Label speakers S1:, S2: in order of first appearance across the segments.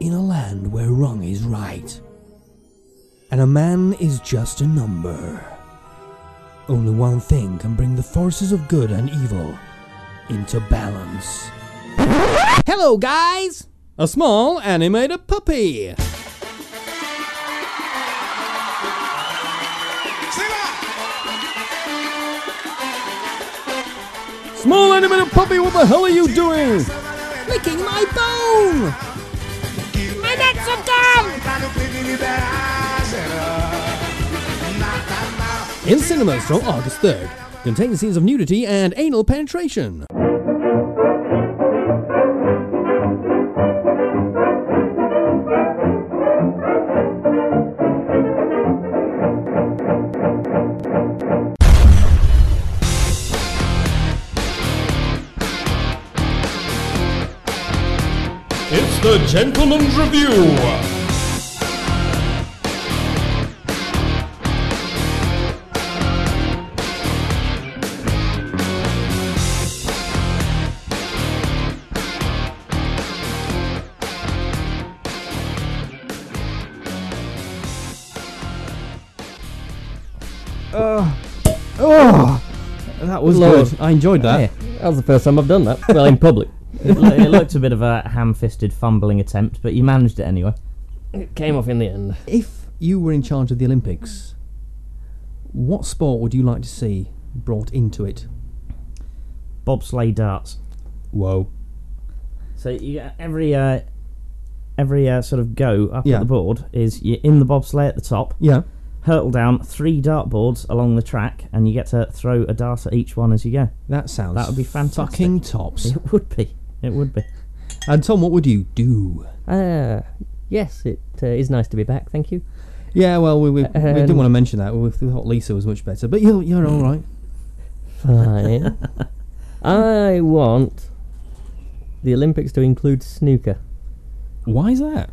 S1: in a land where wrong is right. And a man is just a number. Only one thing can bring the forces of good and evil into balance. Hello, guys!
S2: A small animated puppy. Small animated puppy, what the hell are you doing?
S1: Licking my bone!
S3: My neck's so dumb!
S2: In cinemas from August 3rd. Contains scenes of nudity and anal penetration.
S4: It's the Gentleman's Review.
S5: Oh, that was
S2: Lord,
S5: good.
S2: I enjoyed that. That was the first time I've done that. Well, in public.
S6: it, lo- it looked a bit of a ham-fisted fumbling attempt, but you managed it anyway.
S7: It came off in the end.
S2: If you were in charge of the Olympics, what sport would you like to see brought into it?
S6: Bobsleigh darts.
S2: Whoa.
S6: So you, every uh, every uh, sort of go up
S2: Yeah.
S6: at the board is you're in the bobsleigh at the top,
S2: Yeah.
S6: hurtle down three dart boards along the track, and you get to throw a dart at each one as you go.
S2: That sounds
S6: That would be fantastic.
S2: fucking tops.
S6: It would be. It would be.
S2: And Tom, what would you do?
S7: Uh, yes, it uh, is nice to be back, thank you.
S2: Yeah, well, we, we, we didn't
S7: Um,
S2: want to mention that. We thought Lisa was much better, but you're you're all right.
S7: Fine. I want the Olympics to include snooker
S2: Why is that?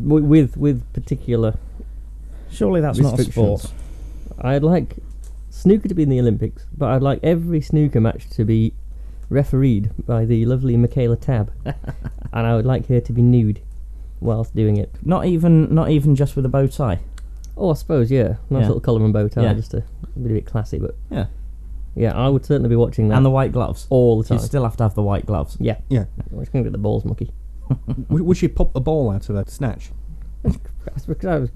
S7: w- with with particular.
S6: Surely that's not a
S7: Restrictions.
S6: sport.
S7: I'd like snooker to be in the Olympics, but I'd like every snooker match to be refereed by the lovely Michaela Tab, and I would like her to be nude whilst doing it.
S6: Not even not even just with a bow tie.
S7: Oh, I suppose yeah, nice
S6: Yeah.
S7: little collar and bow tie,
S6: Yeah.
S7: just to be a bit classy. But
S6: Yeah.
S7: yeah, I would certainly be watching that
S6: And the white gloves.
S7: all the
S6: You
S7: time.
S6: still have to have the white gloves.
S7: Yeah.
S2: Yeah.
S7: I'm just going to get the balls mucky.
S2: would, would she pop a ball out of a snatch?
S7: That's because I was,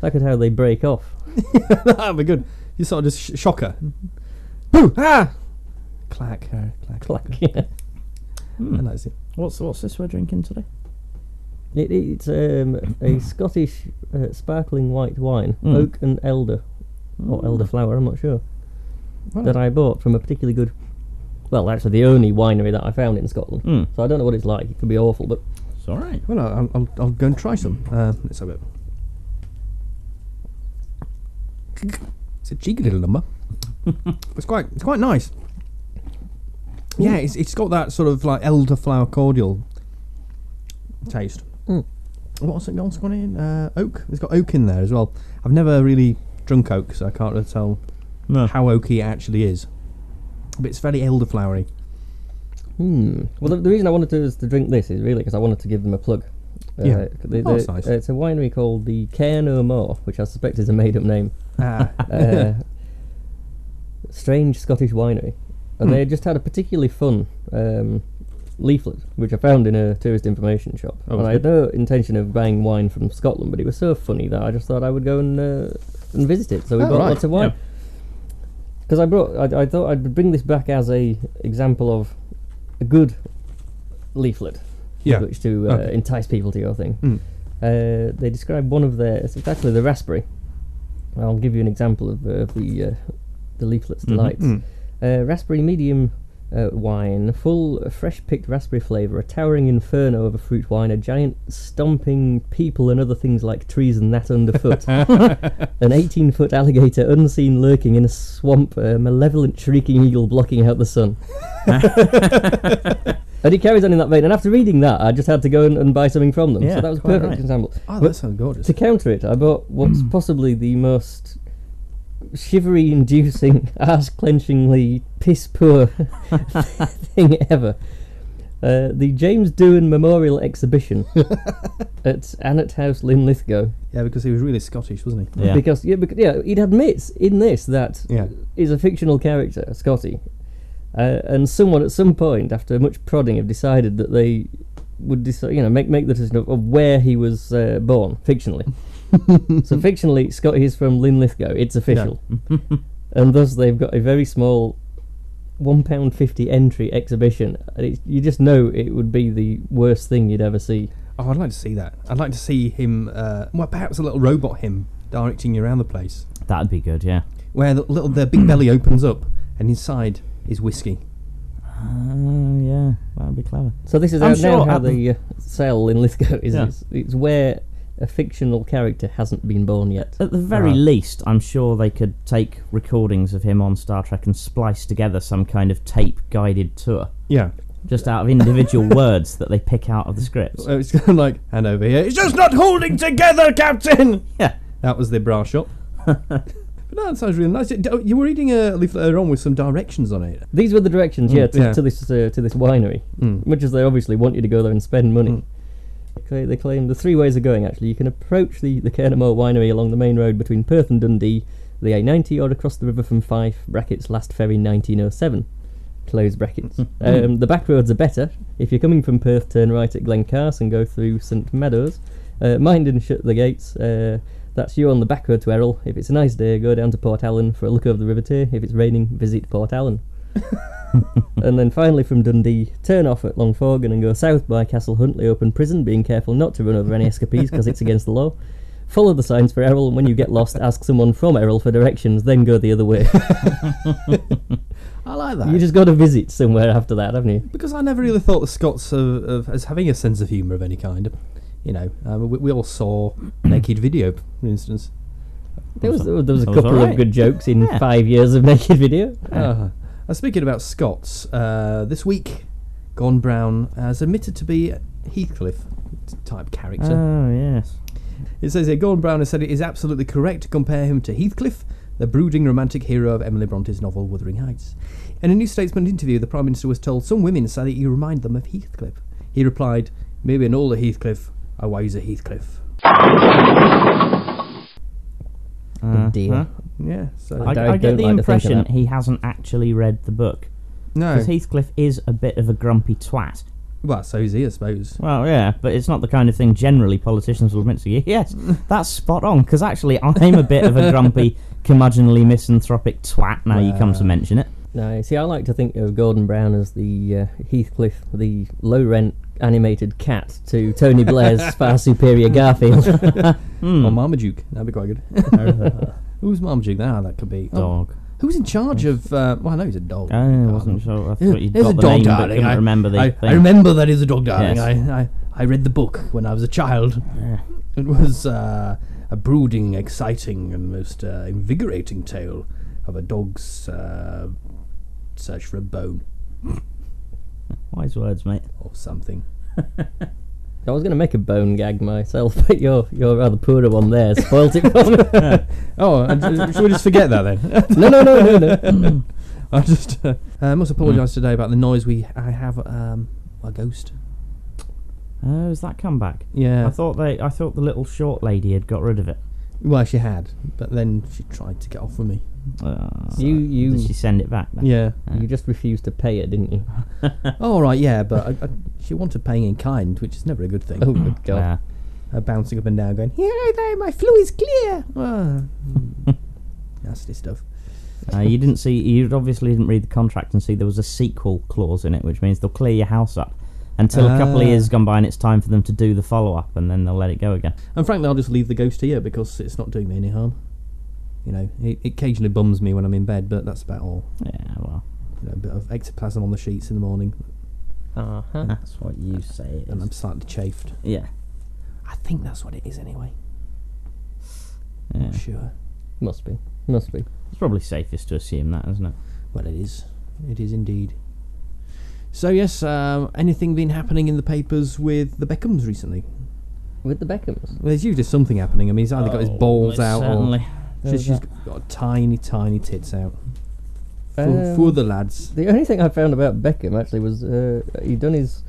S7: that could how they break off.
S2: That'd be good. You sort of just sh- shock her. Boo! Ah! Clack, uh, clack,
S7: Clack.
S6: Hmm.
S2: And that's it.
S6: What's what's this we're drinking today?
S7: it, it's um, a Scottish uh, sparkling white wine,
S6: Mm.
S7: oak and elder, or elderflower, I'm not sure, that I bought from a particularly good, well, actually the only winery that I found in Scotland.
S6: Mm.
S7: So I don't know what it's like. It could be awful, but
S6: It's all right.
S2: Well, I'll, I'll, I'll go and try some. Uh, let's have it. It's a cheeky little number. it's quite, it's quite nice. Yeah, it's, it's got that sort of like elderflower cordial taste. What's it what's gone in? Uh, oak. It's got oak in there as well. I've never really drunk oak, so I can't really tell
S6: No.
S2: how oaky it actually is. But it's very elderflowery.
S7: Hmm. Well, the, the reason I wanted to, is to drink this is really because I wanted to give them a plug. Uh,
S2: Yeah.
S7: the-
S2: Oh, that's
S7: the-
S2: nice.
S7: It's a winery called the Care No More, which I suspect is a made-up name.
S2: Ah,
S7: uh, strange Scottish winery, and
S2: Hmm.
S7: they just had a particularly fun um, leaflet which I found in a tourist information shop.
S2: Oh,
S7: and I
S2: that's
S7: had no intention of buying wine from Scotland, but it was so funny that I just thought I would go and uh, and visit it. So we
S2: Oh,
S7: bought
S2: right,
S7: lots of wine. Because I brought, I, I thought I'd bring this back as a example of a good leaflet
S2: yeah.
S7: with which to uh,
S2: Okay. Hmm.
S7: entice people to your thing. Uh, they describe one of their. It's actually the raspberry. I'll give you an example of, uh, of the uh, the leaflet's
S2: Mm-hmm.
S7: delights.
S2: Hmm. Mm.
S7: Uh, raspberry medium uh, wine, full uh, fresh picked raspberry flavour, a towering inferno of a fruit wine, a giant stomping people and other things like trees and that underfoot, an 18 foot alligator unseen lurking in a swamp, a malevolent shrieking eagle blocking out the sun. And it carries on in that vein. And after reading that, I just had to go and, and buy something from them.
S6: Yeah,
S7: so that was a
S6: quite
S7: perfect
S6: right.
S7: example.
S2: Oh,
S7: But
S2: that sounds gorgeous.
S7: to counter it, I bought what's possibly the most shivery inducing, arse clenchingly piss poor thing ever. Uh, the James Doohan Memorial Exhibition at Annett House, Linlithgow.
S2: Yeah, because he was really Scottish, wasn't he?
S6: Yeah.
S7: Because yeah, because yeah, it admits in this that
S2: Yeah.
S7: is a fictional character, Scotty, uh, and someone at some point, after much prodding, have decided that they would decide, you know, make make the decision of, of where he was uh, born fictionally. so fictionally, Scotty is from Linlithgow. It's official, and thus they've got a very small. One pound fifty entry exhibition. And It's, you just know it would be the worst thing you'd ever see.
S2: Oh, I'd like to see that. I'd like to see him. Uh, well, perhaps a little robot him directing you around the place,
S6: That'd be good, yeah.
S2: where the little their big belly opens up and inside is whiskey.
S6: Oh, yeah. That'd be clever.
S7: So this is
S6: I'm
S7: how,
S6: sure
S7: now how
S6: at the-
S7: the uh, cell in Lithgow is.
S6: Yeah.
S7: It's, it's where a fictional character hasn't been born yet.
S6: At the very
S2: Uh-huh.
S6: least, I'm sure they could take recordings of him on Star Trek and splice together some kind of tape guided tour.
S2: Yeah.
S6: Just out of individual words that they pick out of the scripts.
S2: So it's kind of like, hand over here. It's just not holding together, Captain!
S6: Yeah.
S2: That was the bra shop. but no, that sounds really nice. It- oh, You were reading a leaflet earlier on with some directions on it.
S7: These were the directions, yeah, to,
S2: yeah.
S7: to this uh, to this winery. Much as they obviously want you to go there and spend money. They cla- They claim the three ways of going. Actually, you can approach the the Cairnamore winery along the main road between Perth and Dundee, the A90, or across the river from Fife (brackets last ferry 1907). Close brackets. um, the back roads are better. If you're coming from Perth, turn right at Glencarse and go through St Meadows. Uh, mind and shut the gates. Uh, that's you on the back road to Errol. If it's a nice day, go down to Port Allen for a look over the River Tay. If it's raining, visit Port Allen. and then finally from Dundee, turn off at Longforgan and go south by Castle Huntly Open Prison, being careful not to run over any escapees because it's against the law. Follow the signs for Errol, and when you get lost, ask someone from Errol for directions, then go the other way.
S2: I like that.
S7: you just got to visit somewhere after that, haven't you?
S2: because I never really thought the Scots of, of as having a sense of humour of any kind. You know, um, we, we all saw Naked Video, for instance.
S7: There was, there was a
S6: That was
S7: couple
S6: alright.
S7: of good jokes in
S6: Yeah.
S7: five years of Naked Video.
S2: Uh, uh, speaking about Scots, uh, this week, Gone Brown has admitted to be a Heathcliff type character.
S6: Oh, yes.
S2: it says here Gone Brown has said it is absolutely correct to compare him to Heathcliff, the brooding romantic hero of Emily Bronte's novel Wuthering Heights. In a New Statesman interview, the Prime Minister was told some women say that you remind them of Heathcliff. He replied, Maybe an older Heathcliff, a wiser Heathcliff.
S6: Uh,
S7: dear.
S6: huh?
S2: Yeah, so.
S6: I,
S7: don't-
S6: I get the
S7: don't like to think of
S6: impression
S7: that.
S6: he hasn't actually read the book.
S2: no.
S6: Because Heathcliff is a bit of a grumpy twat.
S2: Well, so is he, I suppose.
S6: Well, yeah, but it's not the kind of thing generally politicians will admit to you. Yes, that's spot on, because actually I'm a bit of a grumpy, curmudgeonly, misanthropic twat now you come to mention it.
S7: No, see, I like to think of Gordon Brown as the uh, Heathcliff, the low rent animated cat to Tony Blair's far superior Garfield.
S6: Hmm.
S2: Or Marmaduke. That'd be quite good. Who's Marmaduke? Ah, that could be. Oh,
S6: Dog.
S2: Who's in charge of? Uh, well, I know he's a dog.
S6: Oh, I wasn't sure. I thought you'd
S2: Um, There's a
S6: got the
S2: dog,
S6: name, but
S2: darling.
S6: couldn't
S2: I
S6: remember the
S2: I,
S6: thing.
S2: I remember that he's a dog, darling.
S6: Yes.
S2: I, I I read the book when I was a child. It was uh, a brooding, exciting, and most uh, invigorating tale of a dog's uh, search for a bone
S6: Wise words, mate.
S2: or something.
S7: I was going to make a bone gag myself, but your your rather poorer one there spoilt it for me.
S2: Oh, and, uh, should we just forget that then?
S7: no, no, no, no, no.
S2: I just uh, I must apologise today about the noise we I have um a ghost.
S6: Oh, is that come back?
S2: Yeah.
S6: I thought they. I thought the little short lady had got rid of it.
S2: Well, she had, but then she tried to get off with me.
S6: Uh,
S7: You
S6: did
S7: you
S6: she send it back? Then?
S2: Yeah.
S7: you just refused to pay it, didn't you?
S2: oh, right, yeah, but I, I, she wanted paying in kind, which is never a good thing.
S7: Oh, good God!
S6: Yeah.
S2: Her bouncing up and down, going, "Here, there, my flue is clear." Ah, mm. nasty stuff.
S6: Uh, you didn't see. You obviously didn't read the contract and see there was a sequel clause in it, which means they'll clear your house up until a couple
S2: Ah.
S6: of years gone by and it's time for them to do the follow up, and then they'll let it go again.
S2: And frankly, I'll just leave the ghost here because it's not doing me any harm. You know, it it occasionally bums me when I'm in bed, but that's about all.
S6: Yeah, well,
S2: You know, a bit of ectoplasm on the sheets in the morning,
S7: Uh-huh.
S6: that's what you say. It
S2: and I'm slightly chafed.
S6: Yeah.
S2: I think that's what it is anyway.
S6: yeah.
S2: Sure.
S7: Must be, must be.
S6: It's probably safest to assume that, isn't it?
S2: Well, it is. It is indeed. So yes, um, anything been happening in the papers with the Beckhams recently?
S7: With the Beckhams,
S2: Well, there's usually something happening. I mean, he's
S6: Oh,
S2: either got his balls out
S6: Certainly.
S2: or she, she's got tiny, tiny tits out. for,
S7: Um,
S2: for the lads.
S7: The only thing I found about Beckham actually was uh, he'd done his,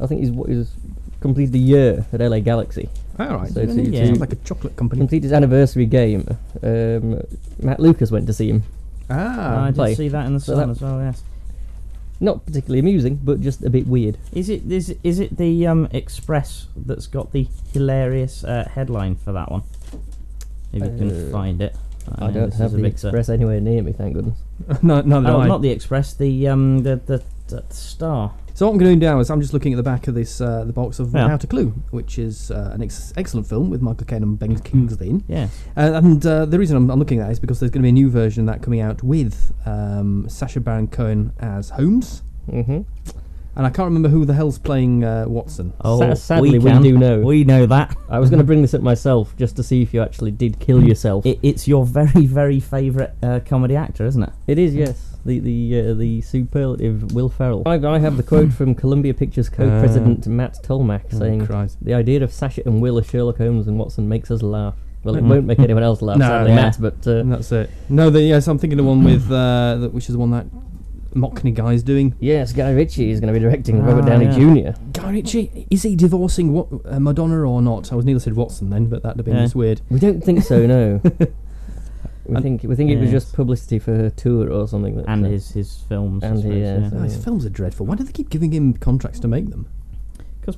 S7: I think he's, he's completed the year at LA Galaxy.
S2: All right,
S7: so to-
S6: Yeah.
S2: sounds like a chocolate company.
S7: Complete his anniversary game. Um, Matt Lucas went to see him.
S6: I
S2: Ah,
S6: did
S7: Uh, play.
S6: see that in the
S7: So
S6: sun
S7: that-
S6: as well. Yes.
S7: Not particularly amusing, but just a bit weird.
S6: Is it is is it the um, Express that's got the hilarious uh, headline for that one? If you can
S7: Uh,
S6: find it.
S7: I,
S6: know
S7: don't
S6: this
S7: have
S6: is a
S7: the
S6: bit, uh,
S7: Express anywhere near me, thank goodness.
S2: no, neither do
S6: Oh,
S2: I.
S6: not the Express. The um the the, the Star.
S2: So what I'm going to do now is I'm just looking at the back of this uh, the box of
S6: Yeah.
S2: Without a Clue, which is uh, an ex- excellent film with Michael Caine and Ben Kingsley in.
S6: Yes.
S2: Uh, and uh, the reason I'm, I'm looking at that is because there's going to be a new version of that coming out with um, Sacha Baron Cohen as Holmes,
S7: Mm-hmm.
S2: and I can't remember who the hell's playing uh, Watson.
S6: Oh,
S7: sadly, we
S6: can.
S7: do know.
S6: We know that.
S7: I was going to bring this up myself just to see if you actually did kill yourself.
S6: It, it's your very, very favourite uh, comedy actor, isn't it?
S7: it is, yes. The the uh, the superlative Will Ferrell. I, I have the quote from Columbia Pictures co-president Matt Tolmack saying,
S2: Oh, Christ.
S7: "The idea of Sasha and Will as Sherlock Holmes and Watson makes us laugh. Well, it
S6: Mm.
S7: won't make anyone else laugh,
S2: No,
S7: sadly,
S6: yeah.
S7: Matt. But uh,
S2: And that's it. No, the, yes, I'm thinking of the one with uh, that, which is the one that Mockney guy's doing.
S7: yes, Guy Ritchie is going to be directing Robert
S6: Ah,
S7: Downey
S6: yeah.
S7: Jr.
S2: Guy Ritchie, is he divorcing what, uh, Madonna or not? I was nearly said Watson then, but that'd have been
S6: Yeah.
S2: just weird.
S7: We don't think so, no. we think we think it was
S6: Yes.
S7: just publicity for her tour or something. That,
S6: And
S7: uh,
S6: his his films.
S7: And
S6: Because
S7: he, uh,
S2: Oh, his
S6: Mm.
S7: Yeah.
S2: films are dreadful. Why do they keep giving him contracts to make them?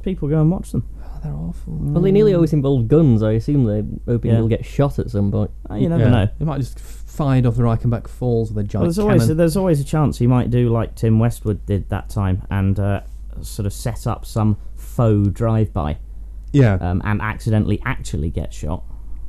S6: people go and watch them.
S2: Oh, they're awful.
S7: Well, they nearly always involve guns. I assume they're hoping
S6: Yeah.
S7: you'll get shot at some point.
S6: Uh, you never
S2: Yeah.
S6: know.
S2: They might just f- fired off the Reichenbach Falls with a giant
S6: Well, there's always
S2: cannon.
S6: there's always a chance he might do like Tim Westwood did that time and uh, sort of set up some faux drive-by
S2: yeah,
S6: um, and accidentally actually get shot,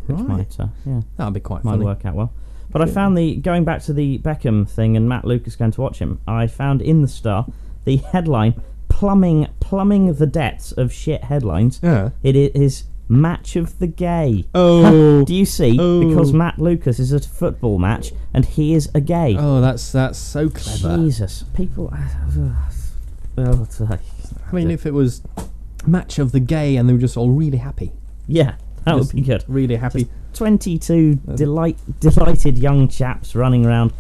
S6: which
S2: Right.
S6: might uh, yeah
S2: that'd be quite
S6: might
S2: funny.
S6: work out well. But I found the going back to the Beckham thing and Matt Lucas going to watch him. I found in the Star the headline plumbing plumbing the depths of shit headlines.
S2: Yeah.
S6: It i- is match of the gay.
S2: Oh,
S6: Do you see?
S2: Oh.
S6: Because Matt Lucas is at a football match and he is a gay.
S2: oh, that's that's so clever.
S6: Jesus, people. Well, it's like-
S2: I mean, if it was match of the gay and they were just all really happy,
S6: yeah, that would
S2: Just-
S6: be good.
S2: really happy.
S6: Twenty-two delight, delighted young chaps running around,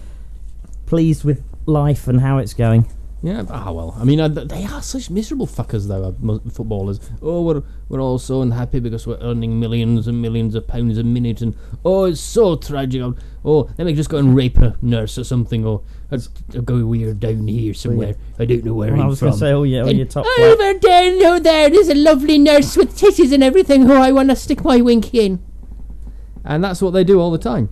S6: pleased with life and how it's going.
S2: Yeah. Ah, well. I mean, uh, th- they are such miserable fuckers, though. Uh, mu- footballers. Oh, we're we're all so unhappy because we're earning millions and millions of pounds a minute, and oh, it's so tragic. Oh, Oh, let me just go and rape a nurse or something, or i will go weird down here somewhere. I don't know where
S6: Well, I
S2: I'm
S6: was
S2: from.
S6: going to say, oh yeah, oh, your top. flight.
S3: Over there, no, there, there's a lovely nurse with titties and everything who I want to stick my winky in.
S2: and that's what they do all the time,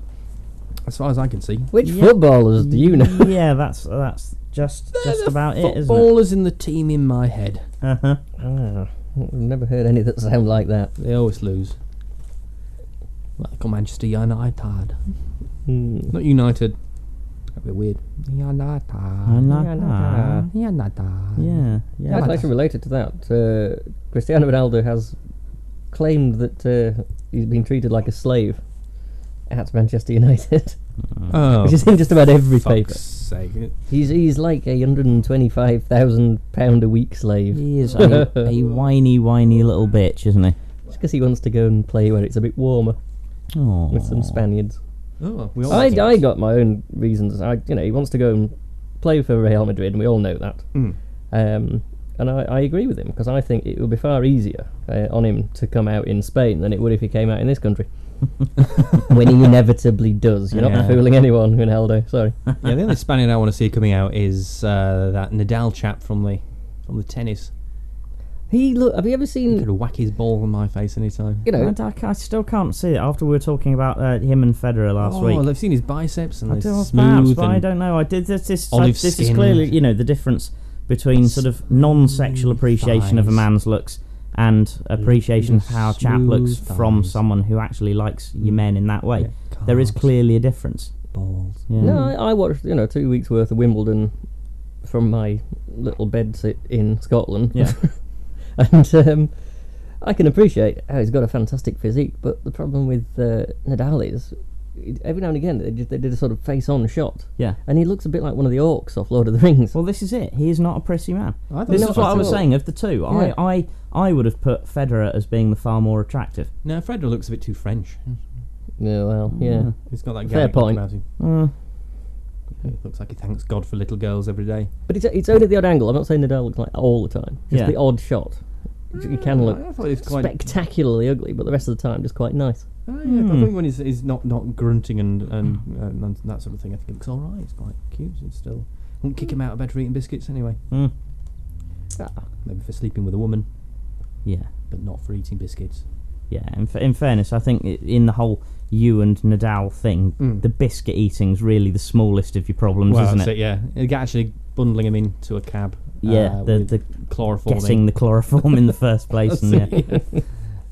S2: as far as I can see.
S7: Which
S6: Yeah.
S7: footballers do you know?
S6: yeah, that's that's just just about it, isn't it?
S2: Footballers in the team in my head.
S6: Uh-huh.
S7: Ah, I've never heard any that sound like that.
S2: They always lose. Like on Manchester United.
S7: Hmm.
S2: Not United. That'd be weird. United.
S6: I like
S7: Yeah, I like
S6: that.
S2: United.
S6: Yeah, yeah.
S7: Actually, actually related to that, uh, Cristiano Ronaldo has claimed that uh, he's been treated like a slave at Manchester United,
S2: Oh.
S7: which is in just about every paper.
S2: sake.
S7: He's he's like a hundred and twenty-five thousand pound a week slave
S6: He is a, a whiny, whiny little bitch, isn't he?
S7: because he wants to go and play where it's a bit warmer
S6: Oh,
S7: with some Spaniards.
S2: Oh, we all
S7: I, I got my own reasons. I you know he wants to go and play for Real Madrid, and we all know that.
S2: Hmm.
S7: Um, and I, I agree with him because I think it would be far easier uh, on him to come out in Spain than it would if he came out in this country. when he inevitably does, you're
S6: Yeah.
S7: not fooling anyone, Ronaldo. Sorry.
S2: yeah, the only Spaniard I want to see coming out is uh, that Nadal chap from the from the tennis.
S7: He look. Have you ever
S2: He
S7: seen?
S2: could whack his ball in my face any time.
S7: You know,
S6: I, I ca- I still can't see it. After we were talking about uh, him and Federer last
S2: oh,
S6: week,
S2: I've seen his biceps and
S6: I
S2: they're
S6: don't, perhaps,
S2: smooth.
S6: but I
S2: and-
S6: don't know. I did this. This,
S2: Olive
S6: this is
S2: skin.
S6: clearly, you know, the difference between sort of non-sexual appreciation of a
S2: thighs.
S6: man's looks and appreciation of how a chap looks
S2: Smooth
S6: from
S2: thighs. Mm.
S6: someone who actually likes your men in that way.
S2: Yeah.
S6: There is
S2: Calves,
S6: clearly a difference.
S2: balls.
S6: Yeah.
S7: no, I, I watched you know two weeks worth of Wimbledon from my little bed sit in Scotland.
S6: Yeah.
S7: and um, I can appreciate how he's got a fantastic physique, but the problem with uh, Nadal is it- every now and again they did, they did a sort of face-on shot,
S6: Yeah.
S7: and he looks a bit like one of the orcs off Lord of the Rings.
S6: Well, this is it. He is not a pretty man.
S2: I
S6: This
S2: thought-
S6: is what I was
S7: at all.
S6: saying. Of the two,
S7: Yeah.
S6: I, I, I would have put Federer as being the far more attractive.
S2: No, Federer looks a bit too French.
S7: yeah, well, yeah.
S2: He's got that
S7: Fair
S2: Gaelic
S7: point.
S2: personality.
S6: Mm.
S2: It looks like he thanks God for little girls every day.
S7: But it's, it's only at the odd angle. I'm not saying the dialogue like all the time. Just
S6: Yeah.
S7: the odd shot. It it can look
S2: Mm, I thought he was quite.
S7: spectacularly ugly, but the rest of the time just quite nice.
S2: Ah, yeah, but I
S6: Hmm.
S2: think when he's, he's not, not grunting and and, uh, and that sort of thing, I think it looks all right. It's quite cute. It's still won't kick him out of bed for eating biscuits anyway.
S6: Mm.
S2: Maybe for sleeping with a woman,
S6: Yeah.
S2: but not for eating biscuits.
S6: Yeah, in, fa- in fairness, I think i- in the whole you and Nadal thing,
S2: Mm.
S6: the biscuit eating's really the smallest of your problems,
S2: well,
S6: isn't
S2: that's
S6: it?
S2: it? Yeah, It- actually bundling him into a cab.
S6: Yeah,
S2: uh,
S6: the,
S2: with
S6: the
S2: chloroforming.
S6: getting the chloroform in the first place. and yeah,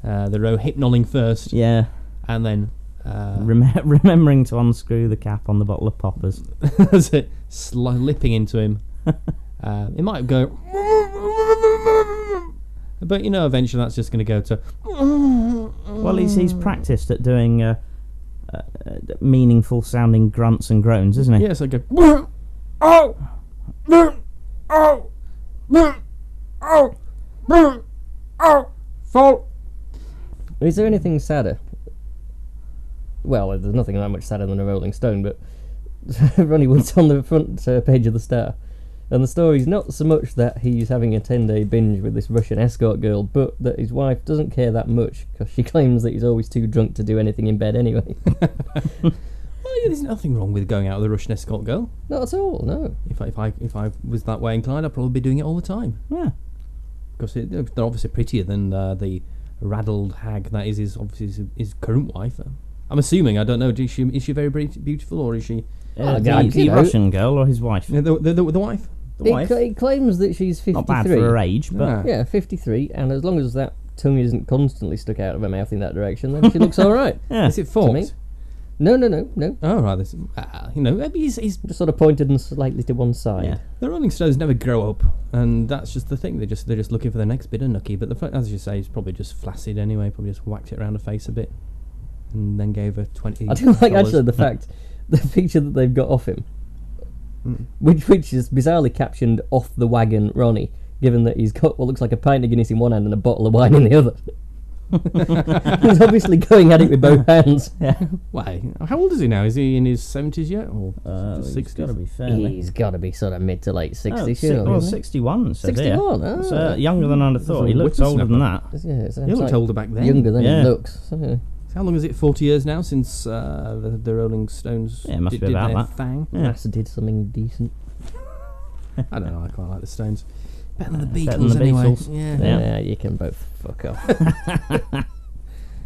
S2: uh, the rohypnoling first,
S6: yeah.
S2: and then uh,
S6: Rem- remembering to unscrew the cap on the bottle of poppers.
S2: that's it, slipping into him. uh, it might go, but you know, eventually that's just going to go to.
S6: Well, he's, he's practiced at doing uh, uh, uh, meaningful sounding grunts and groans, isn't he?
S2: Yeah, so I go. Oh, oh, oh, oh, oh, oh, fall.
S7: Is there anything sadder? Well, there's nothing that much sadder than a Rolling Stone, but Ronnie Wood's on the front uh, page of the Star, and the story's not so much that he's having a ten-day binge with this Russian escort girl, but that his wife doesn't care that much because she claims that he's always too drunk to do anything in bed anyway.
S2: Well, yeah, there's nothing wrong with going out with a Russian escort girl.
S7: not at all, no.
S2: If I, if I if I was that way inclined, I'd probably be doing it all the time.
S6: Yeah.
S2: because they're obviously prettier than uh, the raddled hag that is his obviously his, his current wife. I'm assuming. I don't know. Is she is she very be- beautiful or is she
S6: Uh,
S7: Oh,
S6: the,
S7: God,
S6: the
S7: you know.
S6: Russian girl or his wife?
S2: the the, the, the, wife? The
S7: It,
S2: wife.
S7: cla- it claims that she's fifty-three.
S6: Not bad for her age, but
S2: Ah.
S7: Yeah, fifty-three, and as long as that tongue isn't constantly stuck out of her mouth in that direction, then she looks all right.
S6: yeah.
S2: Is it forked?
S7: me. No, no, no, no.
S2: Oh right, this, ah, you know, maybe he's, he's
S7: Just sort of pointed and slightly to one side.
S6: Yeah.
S2: the Rolling Stones never grow up, and that's just the thing. They just they're just looking for the next bit of nookie. But the fact, as you say, he's probably just flaccid anyway. Probably just whacked it around her face a bit, and then gave her twenty.
S7: I do like actually
S2: dollars.
S7: the fact the picture that they've got off him,
S6: Hmm.
S2: Mm.
S7: which which is bizarrely captioned "off the wagon Ronnie," given that he's got what looks like a pint of Guinness in one hand and a bottle of wine in the other. he's obviously going at it with both hands.
S2: Why? How old is he now? Is he in his seventies yet, or
S6: Uh, it's
S2: sixties?
S6: got to be fairly.
S7: He's got to be sort of mid to late
S6: Oh,
S7: sixties,
S6: si- well, 61, says here.
S7: 61, ah.
S6: So, uh, younger than I'd have thought. He
S2: a
S6: looks older than that.
S2: He looked older back then.
S7: younger than
S6: Yeah.
S7: he looks. so-
S2: How long is it? Forty years now since uh, the, the Rolling Stones
S6: Yeah, it must
S2: did,
S6: be
S2: did
S6: about
S2: their
S6: that.
S2: thing.
S6: Yeah.
S7: Massa did something decent.
S2: I don't know. I quite like the Stones. Better than the Beatles,
S6: better than the
S2: anyway.
S6: Beatles.
S2: Yeah.
S6: Yeah.
S7: Yeah, you can both fuck off.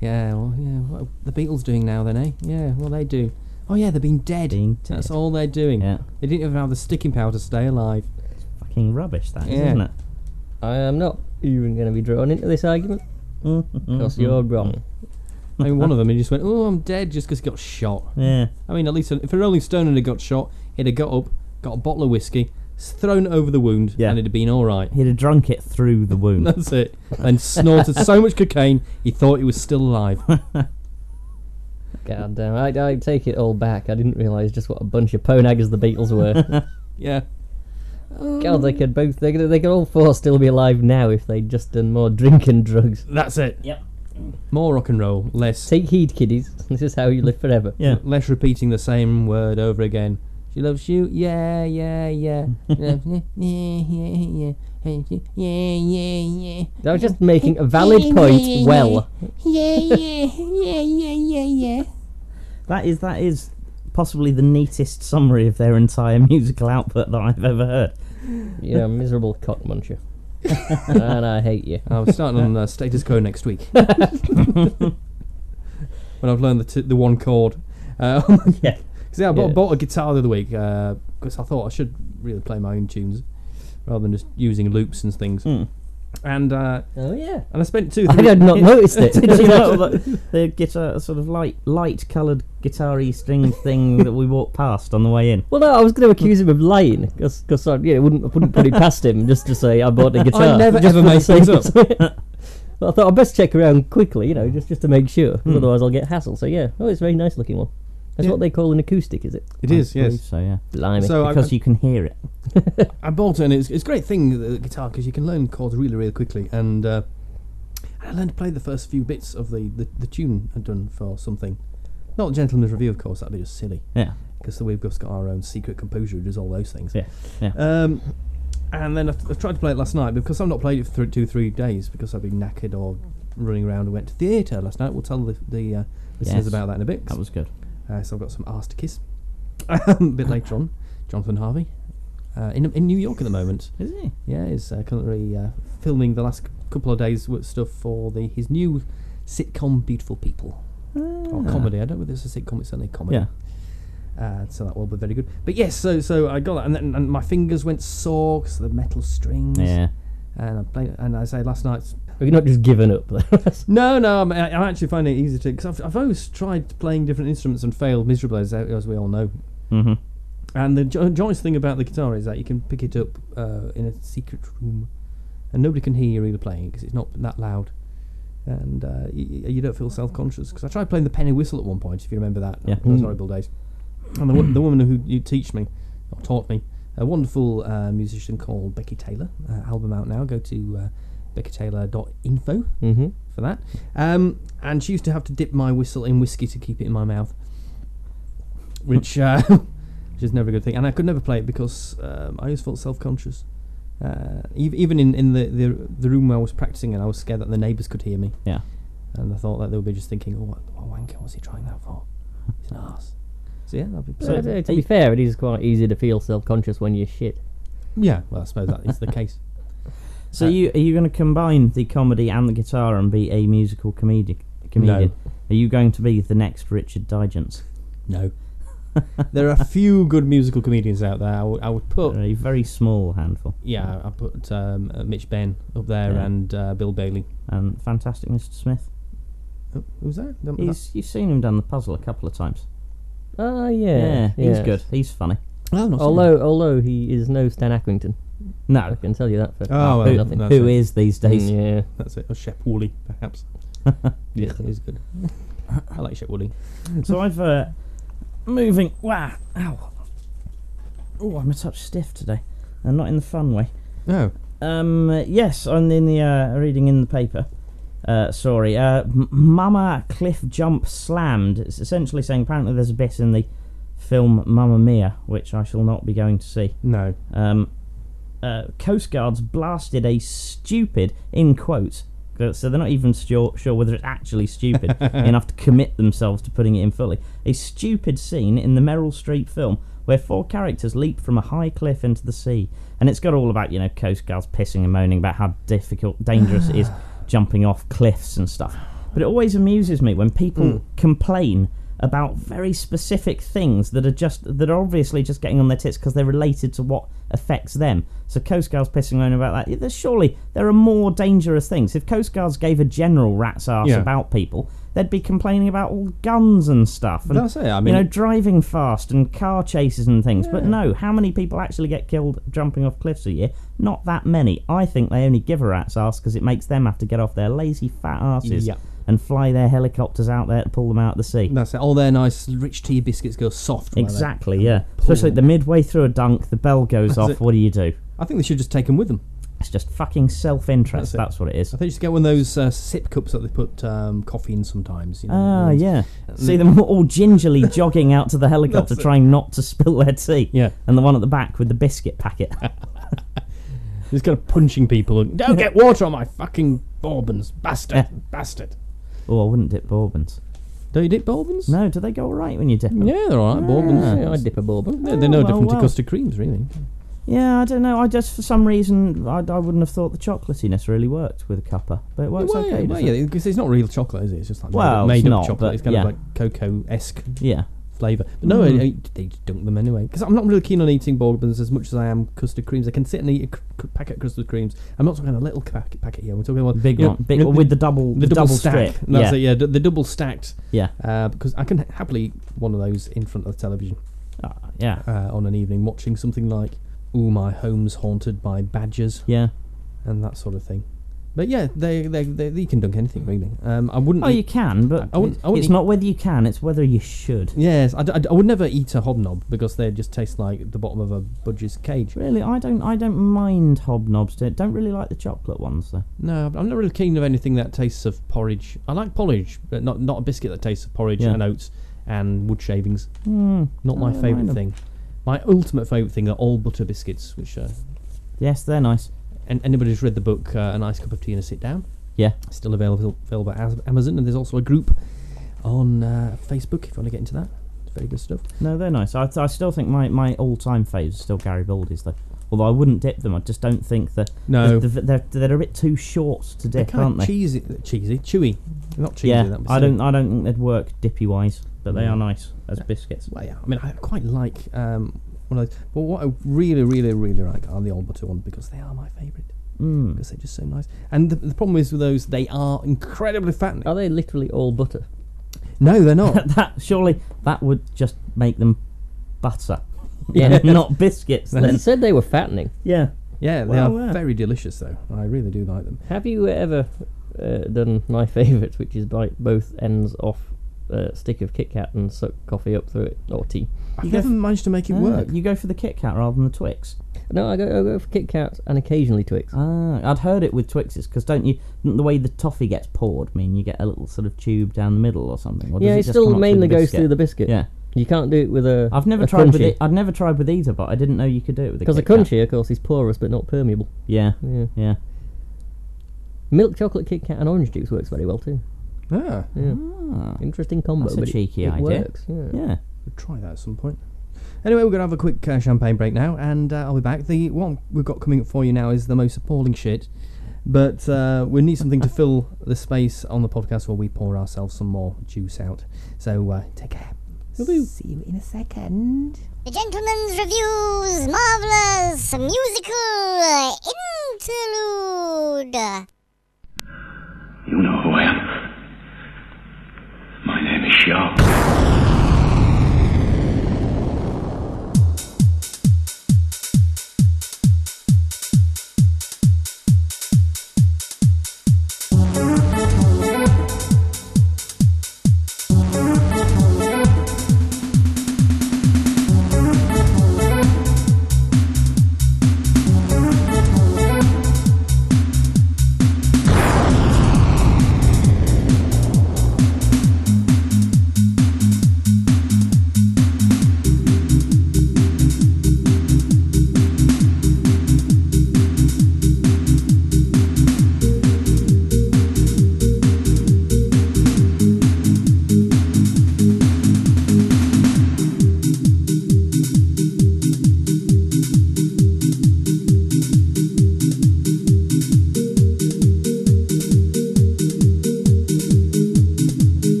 S2: Yeah. Well, yeah. What are the Beatles doing now then, eh? Yeah. Well, they do. Oh yeah, they've been dead.
S6: Being
S2: That's
S6: dead.
S2: all they're doing.
S6: Yeah.
S2: They didn't even have the sticking power to stay alive.
S6: Fucking rubbish, that is,
S2: Yeah.
S6: isn't it?
S7: I am not even going to be drawn into this argument
S6: Mm-hmm.
S7: because you're wrong.
S2: I mean, one of them, he just went, "Oh, I'm dead," just 'cause he got shot.
S6: Yeah.
S2: I mean, at least if a Rolling Stone had got shot, he'd have got up, got a bottle of whiskey, s- thrown it over the wound,
S6: Yeah.
S2: and it'd have been all right.
S6: He'd have drunk it through the wound.
S2: That's it. And snorted so much cocaine, he thought he was still alive.
S7: God damn, I, I take it all back. I didn't realise just what a bunch of ponaggers the Beatles were.
S2: Yeah.
S7: God, they could both, they could, they could all four still be alive now if they'd just done more drinking drugs.
S2: That's it.
S6: Yep.
S2: More rock and roll, less
S7: Take heed, kiddies. This is how you live forever.
S6: Yeah.
S2: less repeating the same word over again. She loves you. Yeah, yeah, yeah. yeah, yeah, yeah, yeah, yeah, yeah, yeah.
S7: I was just making a valid point. Well,
S3: Yeah, yeah, yeah, yeah, yeah, yeah.
S6: That is that is possibly the neatest summary of their entire musical output that I've ever heard.
S7: you're a miserable cockmuncher. and I hate you.
S2: I'm starting on uh, status quo next week. when I've learned the, t- the one chord. Uh,
S6: Yeah.
S2: Because yeah, I bought,
S7: Yeah.
S2: bought a guitar the other week because I thought I should really play my own tunes rather than just using loops and things.
S6: Mm.
S2: And uh,
S7: Oh, yeah.
S2: and I spent two.
S7: I
S2: three-
S7: had not noticed it.
S6: Did you know that the guitar sort of light light coloured guitar-y string thing that we walked past on the way in?
S7: Well, no, I was going to accuse him of lying because yeah, I wouldn't I wouldn't put it past him just to say I bought a guitar.
S2: never
S7: just
S2: ever
S7: for the
S2: make
S7: sake
S2: things
S7: of- But I thought I'd best check around quickly, you know, just, just to make sure. 'cause Otherwise, I'll get hassled. So yeah, oh, it's a very nice looking one. That's
S2: Hmm. Yeah.
S7: what they call an acoustic, is it?
S2: It is
S6: I believe
S2: yes.
S6: So yeah,
S7: Blimey.
S2: So uh, I,
S6: because you can hear it.
S2: I bought it and it's it's a great thing the guitar because you can learn chords really really quickly and. Uh, I learned to play the first few bits of the, the, the tune I'd done for something. Not Gentleman's Review, of course, that'd be just silly.
S6: Yeah.
S2: because we've just got our own secret composer who does all those things.
S6: Yeah, yeah.
S2: Um, and then I've, I've tried to play it last night because I've not played it for th- two, three days because I've been knackered or running around and went to theatre last night. We'll tell the, the uh, listeners
S6: Yes.
S2: about that in a bit.
S6: That was good.
S2: Uh, so I've got some arse to kiss a bit later on. Jonathan Harvey uh, in in New York at the moment.
S6: Is he?
S2: Yeah, is uh, currently uh, filming the last c- couple of days with stuff for the his new sitcom Beautiful People or
S6: Ah.
S2: comedy. I don't know whether it's a sitcom. It's certainly a comedy.
S6: Yeah.
S2: Uh, so that will be very good. But yes, so so I got that, and, then, and my fingers went sore because the metal strings.
S6: Yeah.
S2: And I played, and I say last night's
S7: We're not just giving up.
S2: no, no, I'm, I- I'm actually finding it easy to because I've, I've always tried playing different instruments and failed miserably as, as we all know.
S6: Mm-hmm.
S2: And the jo- joyous thing about the guitar is that you can pick it up uh, in a secret room, and nobody can hear you either playing because it's not that loud, and uh, you, you don't feel self-conscious. Because I tried playing the penny whistle at one point, if you remember that,
S6: Yeah.
S2: those horrible days. And the, wo- the woman who you teach me, or taught me, a wonderful uh, musician called Becky Taylor. Uh, album out now. Go to uh, beckytaylor.info
S7: Mm-hmm.
S2: for that. Um, and she used to have to dip my whistle in whiskey to keep it in my mouth, which uh, which is never a good thing. And I could never play it because um, I always felt self conscious. Uh, ev- even in, in the, the the room where I was practicing, and I was scared that the neighbours could hear me.
S6: Yeah.
S2: And I thought that they would be just thinking, "Oh, what, oh wanker, what's he trying that for? He's an arse." So yeah, that'd be
S6: So-
S7: So, to be fair, it is quite easy to feel self-conscious when you're shit.
S2: yeah. Well, I suppose that is the case.
S6: So
S2: Uh,
S6: you are you going to combine the comedy and the guitar and be a musical comedic comedian? Are you going to be the next Richard Digence?
S2: No. there are a few good musical comedians out there. I would- I would put
S6: A very small handful.
S2: Yeah, I I put um, uh, Mitch Benn up there
S6: Yeah.
S2: and uh, Bill Bailey.
S6: And fantastic Mr. Smith.
S2: Oh, who's that? That-
S6: He's you've seen him done the puzzle a couple of times.
S7: Ah, yeah,
S6: he's
S7: yeah.
S6: good. He's funny.
S2: that- oh, not
S7: Although, although he is no Stan Accrington, I
S6: No,
S7: can tell you that for
S2: Oh, well,
S7: absolutely
S6: who,
S7: nothing.
S2: no.
S6: who
S2: it.
S6: is these
S7: Mm,
S6: days?
S7: yeah,
S2: that's it. Or Shep Woolley, perhaps. yeah, he's good. I like Shep Woolley.
S6: So I've uh, moving. Wow, ow. Oh, I'm a touch stiff today, and not in the fun way.
S2: No.
S6: Um, uh, yes, on in the uh, reading in the paper. Uh, sorry, uh, M- Mama Cliff Jump Slammed. It's essentially saying apparently there's a bit in the film Mamma Mia, which I shall not be going to see.
S2: No.
S6: Um, uh, Coast Guards blasted a stupid, in quotes, 'cause- so they're not even sure, sure whether it's actually stupid enough to commit themselves to putting it in fully. A stupid scene in the Meryl Streep film where four characters leap from a high cliff into the sea. And it's got all about, you know, Coast Guards pissing and moaning about how difficult, dangerous it is jumping off cliffs and stuff. But it always amuses me when people complain about very specific things that are just that are obviously just getting on their tits because they're related to what affects them. So Coast Guards pissing around about that. There's surely there are more dangerous things. If Coast Guards gave a general rat's ass
S2: Yeah.
S6: about people, they'd be complaining about all guns and stuff. And,
S2: That's it, I mean-
S6: you know, driving fast and car chases and things. But no, how many people actually get killed jumping off cliffs a year? Not that many. I think they only give a rat's ass because it makes them have to get off their lazy fat asses
S2: Yeah.
S6: and fly their helicopters out there to pull them out of the sea.
S2: That's it. All their nice rich tea biscuits go soft. while they-
S6: Exactly, yeah. Especially the midway through a dunk, the bell goes off.
S2: it.
S6: What do you do?
S2: I think they should just take them with them.
S6: It's just fucking self-interest.
S2: That's it.
S6: That's, what it is.
S2: I think you should get one of those uh, sip cups that they put um, coffee in sometimes. You know,
S6: Ah,
S2: and-
S6: yeah. See them all gingerly jogging out to the helicopter,
S2: That's it.
S6: trying not to spill their tea.
S2: Yeah.
S6: And the one at the back with the biscuit packet.
S2: Just kind of punching people. And, Don't get water on my fucking bourbons, bastard, bastard.
S6: oh, I wouldn't dip bourbons.
S2: Don't you dip bourbons?
S6: No, do they go all right when you dip them?
S2: Yeah, they're all right. Bourbons.
S7: yeah, I'd dip a bourbon.
S2: They're, they're no
S6: Oh, well,
S2: different
S6: well.
S2: to custard creams, really.
S6: Yeah, I don't know. I just for some reason I, I wouldn't have thought the chocolatiness really worked with a cuppa, but it works
S2: well,
S6: okay.
S2: yeah, well,
S6: doesn't it?
S2: yeah, because it's not real chocolate, is it? It's just like made up-
S6: Well, it's
S2: made, up
S6: not,
S2: chocolate.
S6: but
S2: It's kind
S6: yeah.
S2: of
S6: Mm.
S2: like cocoa esque
S6: yeah.
S2: flavour. But no, I, I, they just dunk them anyway. Because I'm not really keen on eating bourbons as much as I am custard creams. I can sit and eat a c- c- packet of custard creams. I'm not talking about a little packet, packet here. We're talking about
S6: Big
S2: you know,
S6: one, big
S2: you know,
S6: with the double,
S2: the double, stack.
S6: strip.
S2: That's
S6: yeah,
S2: it, yeah, the, the double stacked.
S6: yeah,
S2: Uh, because I can happily eat one of those in front of the television
S6: Ah, yeah,
S2: uh, on an evening, watching something like "Ooh, my home's haunted by badgers"
S6: yeah.
S2: and that sort of thing. But yeah, they they they, they can dunk anything really. Um, I wouldn't.
S6: Oh,
S2: eat-
S6: you can, but
S2: I wouldn't- I wouldn't
S6: it's
S2: eat-
S6: not whether you can; it's whether you should.
S2: Yes, I, d- I d- I would never eat a hobnob because they just taste like the bottom of a budger's cage.
S6: Really, I don't. I don't mind hobnobs. Don't don't really like the chocolate ones though.
S2: No, I'm not really keen of anything that tastes of porridge. I like porridge, but not not a biscuit that tastes of porridge
S6: Yeah.
S2: and oats and wood shavings.
S6: Mm,
S2: Not my
S6: I don't mind
S2: favourite
S6: them.
S2: thing. My ultimate favourite thing are all butter biscuits, which uh,
S6: Yes, they're nice.
S2: and anybody who's read the book, uh, a nice cup of tea and a sit down.
S6: Yeah.
S2: still available available at Az- Amazon, and there's also a group on uh, Facebook if you want to get into that. It's very good stuff.
S6: No, they're nice. I, I still think my, my all time faves are still Garibaldi's though. Although I wouldn't dip them, I just don't think that
S2: No,
S6: they're, they're, they're a bit too short to
S2: they're
S6: dip,
S2: kind
S6: aren't
S2: of
S6: they?
S2: cheesy, cheesy, chewy. They're not cheesy.
S6: yeah,
S2: that'd be
S6: I
S2: silly.
S6: don't I don't think they'd work dippy wise, but they
S2: Mm.
S6: are nice as biscuits.
S2: Well, yeah. I mean, I quite like um, one of those. But what I really, really, really like are the old butter ones because they are my favourite.
S6: Mm.
S2: Because they're just so nice. And the, the problem is with those, they are incredibly fattening.
S7: Are
S6: Oh.
S7: they literally all butter?
S2: No, they're not.
S6: that surely that would just make them butter,
S7: Yeah.
S6: not biscuits.
S7: They
S6: Then
S7: said they were fattening.
S6: yeah,
S2: yeah, they
S6: Well,
S2: are
S6: yeah.
S2: very delicious though. I really do like them.
S7: Have you ever uh, done my favourite, which is bite both ends off a stick of Kit Kat and suck coffee up through it or tea?
S2: I've
S6: You go
S2: never
S6: for-
S2: managed to make it
S6: Ah,
S2: work.
S6: You go for the Kit Kat rather than the Twix.
S7: No, I go, I go for Kit Kat and occasionally Twix.
S6: Ah, I'd heard it with Twixes because don't you the way the toffee gets poured? I mean, you get a little sort of tube down the middle or something. Or does
S7: yeah,
S6: it
S7: it
S6: just
S7: still
S6: come up
S7: mainly goes
S6: biscuit?
S7: through the biscuit.
S6: Yeah,
S7: You can't do it with a.
S6: I've never
S7: a
S6: tried with
S7: crunchy.
S6: it. I'd never tried with either, but I didn't know you could do it with
S7: Because
S6: the
S7: the
S6: Kit Kat.
S7: crunchy, of course, is porous but not permeable.
S6: Yeah,
S7: Yeah.
S6: yeah.
S7: Milk chocolate Kit Kat and orange juice works very well too.
S2: Yeah,
S7: Yeah.
S6: Ah,
S7: Interesting combo.
S6: That's a
S7: but it-
S6: cheeky
S7: it
S6: idea.
S7: works, yeah.
S6: yeah.
S2: we'll try that at some point. Anyway, we're gonna have a quick uh, champagne break now, and uh, I'll be back. The one we've got coming up for you now is the most appalling shit, but uh, we need something to fill the space on the podcast while we pour ourselves some more juice out. So uh, take care. See you in a second.
S8: The Gentleman's Review's marvelous musical interlude.
S9: You know who I am. My name is Shaw.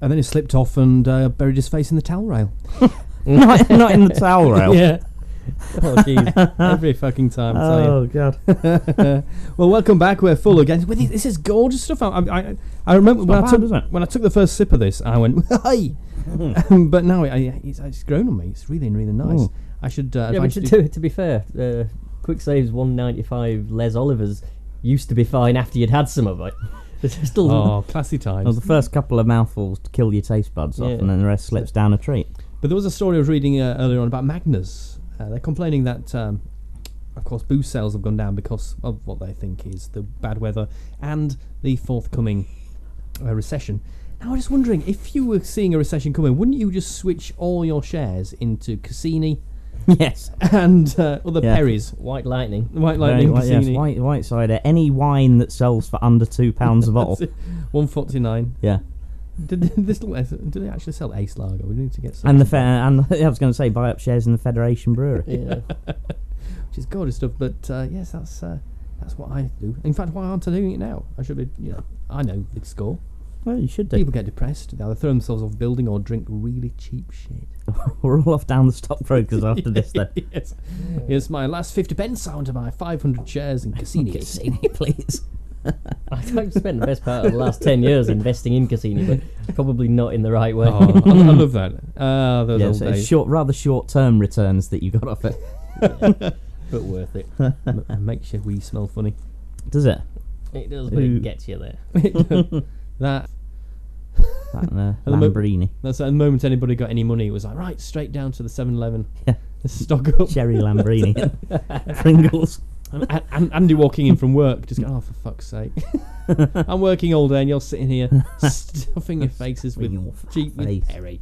S2: And then he slipped off and uh, buried his face in the towel rail.
S6: not, not in the towel rail.
S2: Yeah. oh jeez. Every fucking time. I tell you.
S6: Oh god.
S2: Well, welcome back. We're full again. Well, this- This is gorgeous stuff. I I, I- I remember when
S6: not
S2: I
S6: bad,
S2: took
S6: is it? Hmm.
S2: when I took the first sip of this, I went hey, Um, but now it, I, it's, it's grown on me. It's really really nice.
S6: Mm.
S2: I should. Uh,
S7: Yeah, but
S2: advise
S7: to,
S2: you to-
S7: to, to be fair, uh, Quick Saves 195 Les Olivers used to be fine after you'd had some of it. It's still
S2: Oh, classy
S6: Well,
S2: times.
S6: the first couple of mouthfuls kill your taste buds off,
S7: Yeah.
S6: and then the rest slips down a treat.
S2: But there was a story I was reading uh, earlier on about Magnus. Uh, they're complaining that, um, of course, booze sales have gone down because of what they think is the bad weather and the forthcoming uh, recession. Now, I was wondering if you were seeing a recession coming, wouldn't you just switch all your shares into Cassini
S6: yes.
S2: and uh, other
S6: Yeah.
S2: Perry's?
S7: White Lightning.
S2: White
S6: Very
S2: Lightning
S6: white, yes,
S2: Cassini.
S6: white, white cider. Any wine that sells for under two pounds a bottle.
S2: 149.
S6: Yeah.
S2: Did this look, did they actually sell Ace Lager? We need to get some.
S6: And the fe- and I was going to say buy up shares in the Federation Brewery.
S7: Yeah.
S2: which is gorgeous stuff. But uh, yes, that's uh, that's what I do. In fact, why aren't I doing it now? I should be. You know, I know the score.
S6: Well, you should do.
S2: People get depressed. They either throw themselves off a building or drink really cheap shit.
S6: We're all off down the stockbrokers after this. Then
S2: yes, here's my last fifty pence onto my five hundred shares in Cassini.
S6: Cassini, please.
S7: I've spent the best part of the last 10 years investing in Cassini, but probably not in the right way.
S2: Oh, I, I love that. Ah, those
S6: Yeah,
S2: old
S6: so it's
S2: days.
S6: short, rather short-term returns that you got off it.
S2: but worth it. M- makes your wee smell funny.
S6: Does it?
S7: It does, but
S6: Who-
S7: it gets you there.
S2: that
S6: that and a
S2: the mo-
S6: Lambrini.
S2: That's at the moment anybody got any money it was like right straight down to the 7-Eleven.
S6: Yeah.
S2: Stock up.
S6: Cherry Lambrini. Pringles.
S2: And, and- and Andy walking in from work just going, oh for fuck's sake, I'm working all day and you're sitting here stuffing your faces with
S6: Stuffing your fat
S2: cheap with
S6: face.
S2: Perry.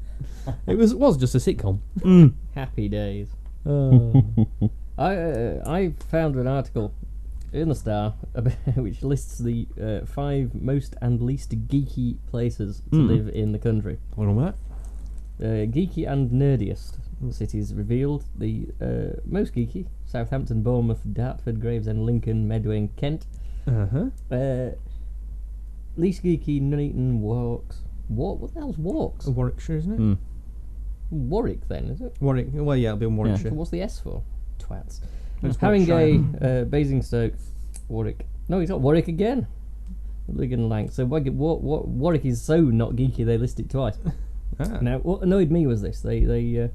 S2: It was was just a sitcom.
S7: Happy days.
S2: Uh,
S7: I uh, I found an article in the Star about- which lists the uh, five most and least geeky places to
S2: Hmm.
S7: live in the country.
S2: what on that?
S7: Uh, geeky and nerdiest cities revealed. The uh, most geeky: Southampton, Bournemouth, Dartford, Gravesend, Lincoln, Medway, and Kent.
S2: Uh huh.
S7: Uh, least geeky: Nuneaton, Warks. Wark? What the hell's Warks?
S2: Warwickshire, isn't it?
S6: Mm. Hmm.
S7: Warwick, then is it?
S2: Warwick. Well, yeah, it'll be in Warwickshire.
S7: So what's the S for? Twats.
S2: It's Warwickshire.
S7: Haringey, uh, Basingstoke, Warwick. No, he's not Warwick again. Ligon Lang. So Warwick, War, War, Warwick is so not geeky they list it twice.
S2: Ah.
S7: Now, what annoyed me was this: they they uh,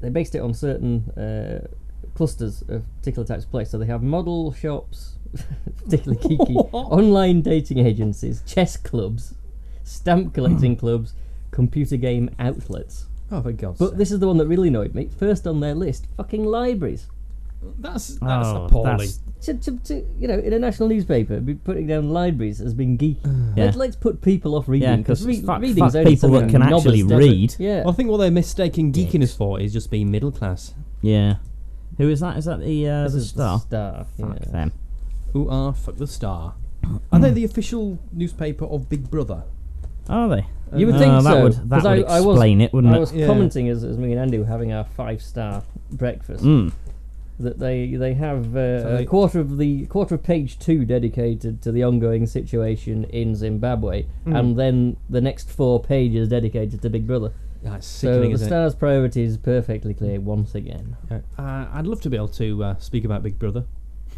S7: they based it on certain uh, clusters of particular types of place. So they have model shops, particularly geeky, online dating agencies, chess clubs, stamp collecting clubs, computer game outlets.
S2: Oh, for God's
S7: But
S2: sake.
S7: this is the one that really annoyed me. First on their list, fucking libraries.
S2: That's that's
S6: Oh,
S2: appalling.
S6: that's-
S7: to, to, to you know, in a national newspaper, be putting down libraries as being geeky. Let's, let's put people off reading
S6: Yeah, 'cause
S7: because
S6: fuck-
S7: reading's
S6: fuck
S7: only
S6: people
S7: something
S6: that can
S7: nobbers
S6: actually
S7: does it.
S6: read.
S7: Yeah,
S2: Well, I think what they're mistaking geekiness for is just being middle class.
S6: Yeah. Who is that? Is that the uh,
S7: This
S6: the
S7: is
S6: star?
S7: Star.
S6: Fuck
S7: yeah.
S6: them.
S2: Who are fuck the star? Are
S7: Hmm.
S2: they the official newspaper of Big Brother?
S6: Are they?
S7: You would
S6: Uh,
S7: think
S6: that
S7: so.
S6: would-
S7: 'cause
S6: that
S7: I,
S6: would
S7: I was,
S6: explain it, wouldn't
S7: I
S6: it?
S7: was
S2: Yeah.
S7: commenting as, as me and Andy were having our five star breakfast
S6: Mm.
S7: that they they have uh,
S2: they-
S7: a quarter of the quarter of page two dedicated to the ongoing situation in Zimbabwe,
S2: Hmm.
S7: and then the next four pages dedicated to Big Brother.
S2: That's
S7: So
S2: sickening,
S7: the
S2: isn't
S7: star's priority is perfectly clear once again.
S2: it? Uh, I'd love to be able to uh, speak about Big Brother.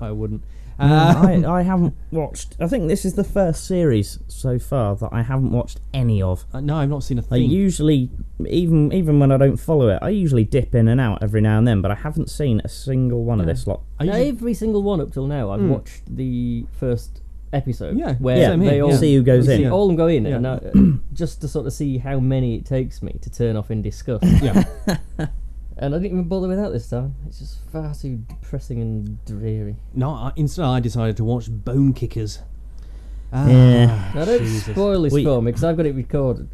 S2: I wouldn't. Uh,
S6: I, I haven't watched. I think this is the first series so far that I haven't watched any of.
S2: Uh, no, I've not seen a
S6: I
S2: thing.
S6: usually, even even when I don't follow it, I usually dip in and out every now and then. But I haven't seen a single one of this lot.
S2: I usually-
S7: Every single one up till now, I've watched the first episode.
S2: Hmm. Yeah,
S7: where
S2: yeah, same
S7: they
S2: here,
S7: all
S2: yeah.
S6: See who goes
S7: you
S6: in.
S7: see all of them go in,
S2: Yeah.
S7: and I, just to sort of see how many it takes me to turn off in disgust.
S2: yeah.
S7: And I didn't even bother with that this time. It's just far too depressing and dreary.
S2: No, I, instead I decided to watch Bone Kickers. Ah,
S6: Yeah.
S7: Now don't
S2: Jesus.
S7: spoil this
S6: We-
S7: for me because I've got it recorded.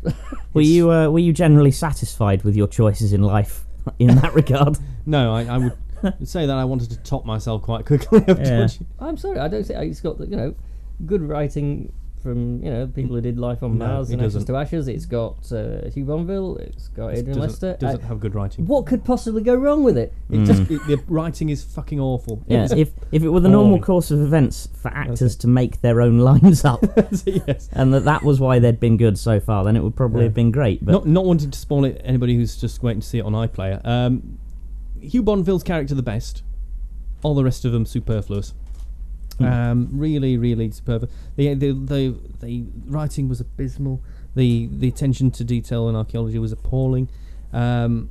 S6: Were you uh, were you generally satisfied with your choices in life in that regard?
S2: No, I, I would say that I wanted to top myself quite quickly. after
S6: Yeah.
S2: watching-
S7: I'm sorry, I don't see. It's got the, you know good writing from you know people who did Life on
S2: No,
S7: Mars
S2: it
S7: and Ashes
S2: doesn't.
S7: to Ashes. It's got uh, Hugh Bonville. It's got Adrian
S2: doesn't,
S7: Lester. I-
S2: doesn't have good writing.
S7: what Hmm. could possibly go wrong with it?
S2: It just it, the writing is fucking awful. It
S6: Yeah.
S2: is-
S6: if if it were the normal
S2: Boring.
S6: course of events for actors to make their own lines up,
S2: yes.
S6: and that that was why they'd been good so far, then it would probably have been great. But
S2: Not not wanting to spoil it. Anybody who's just waiting to see it on iPlayer. Um, Hugh Bonville's character the best. All the rest of them superfluous. Um, really, really superfluous. The, the the the writing was abysmal. The the attention to detail in archaeology was appalling. Um,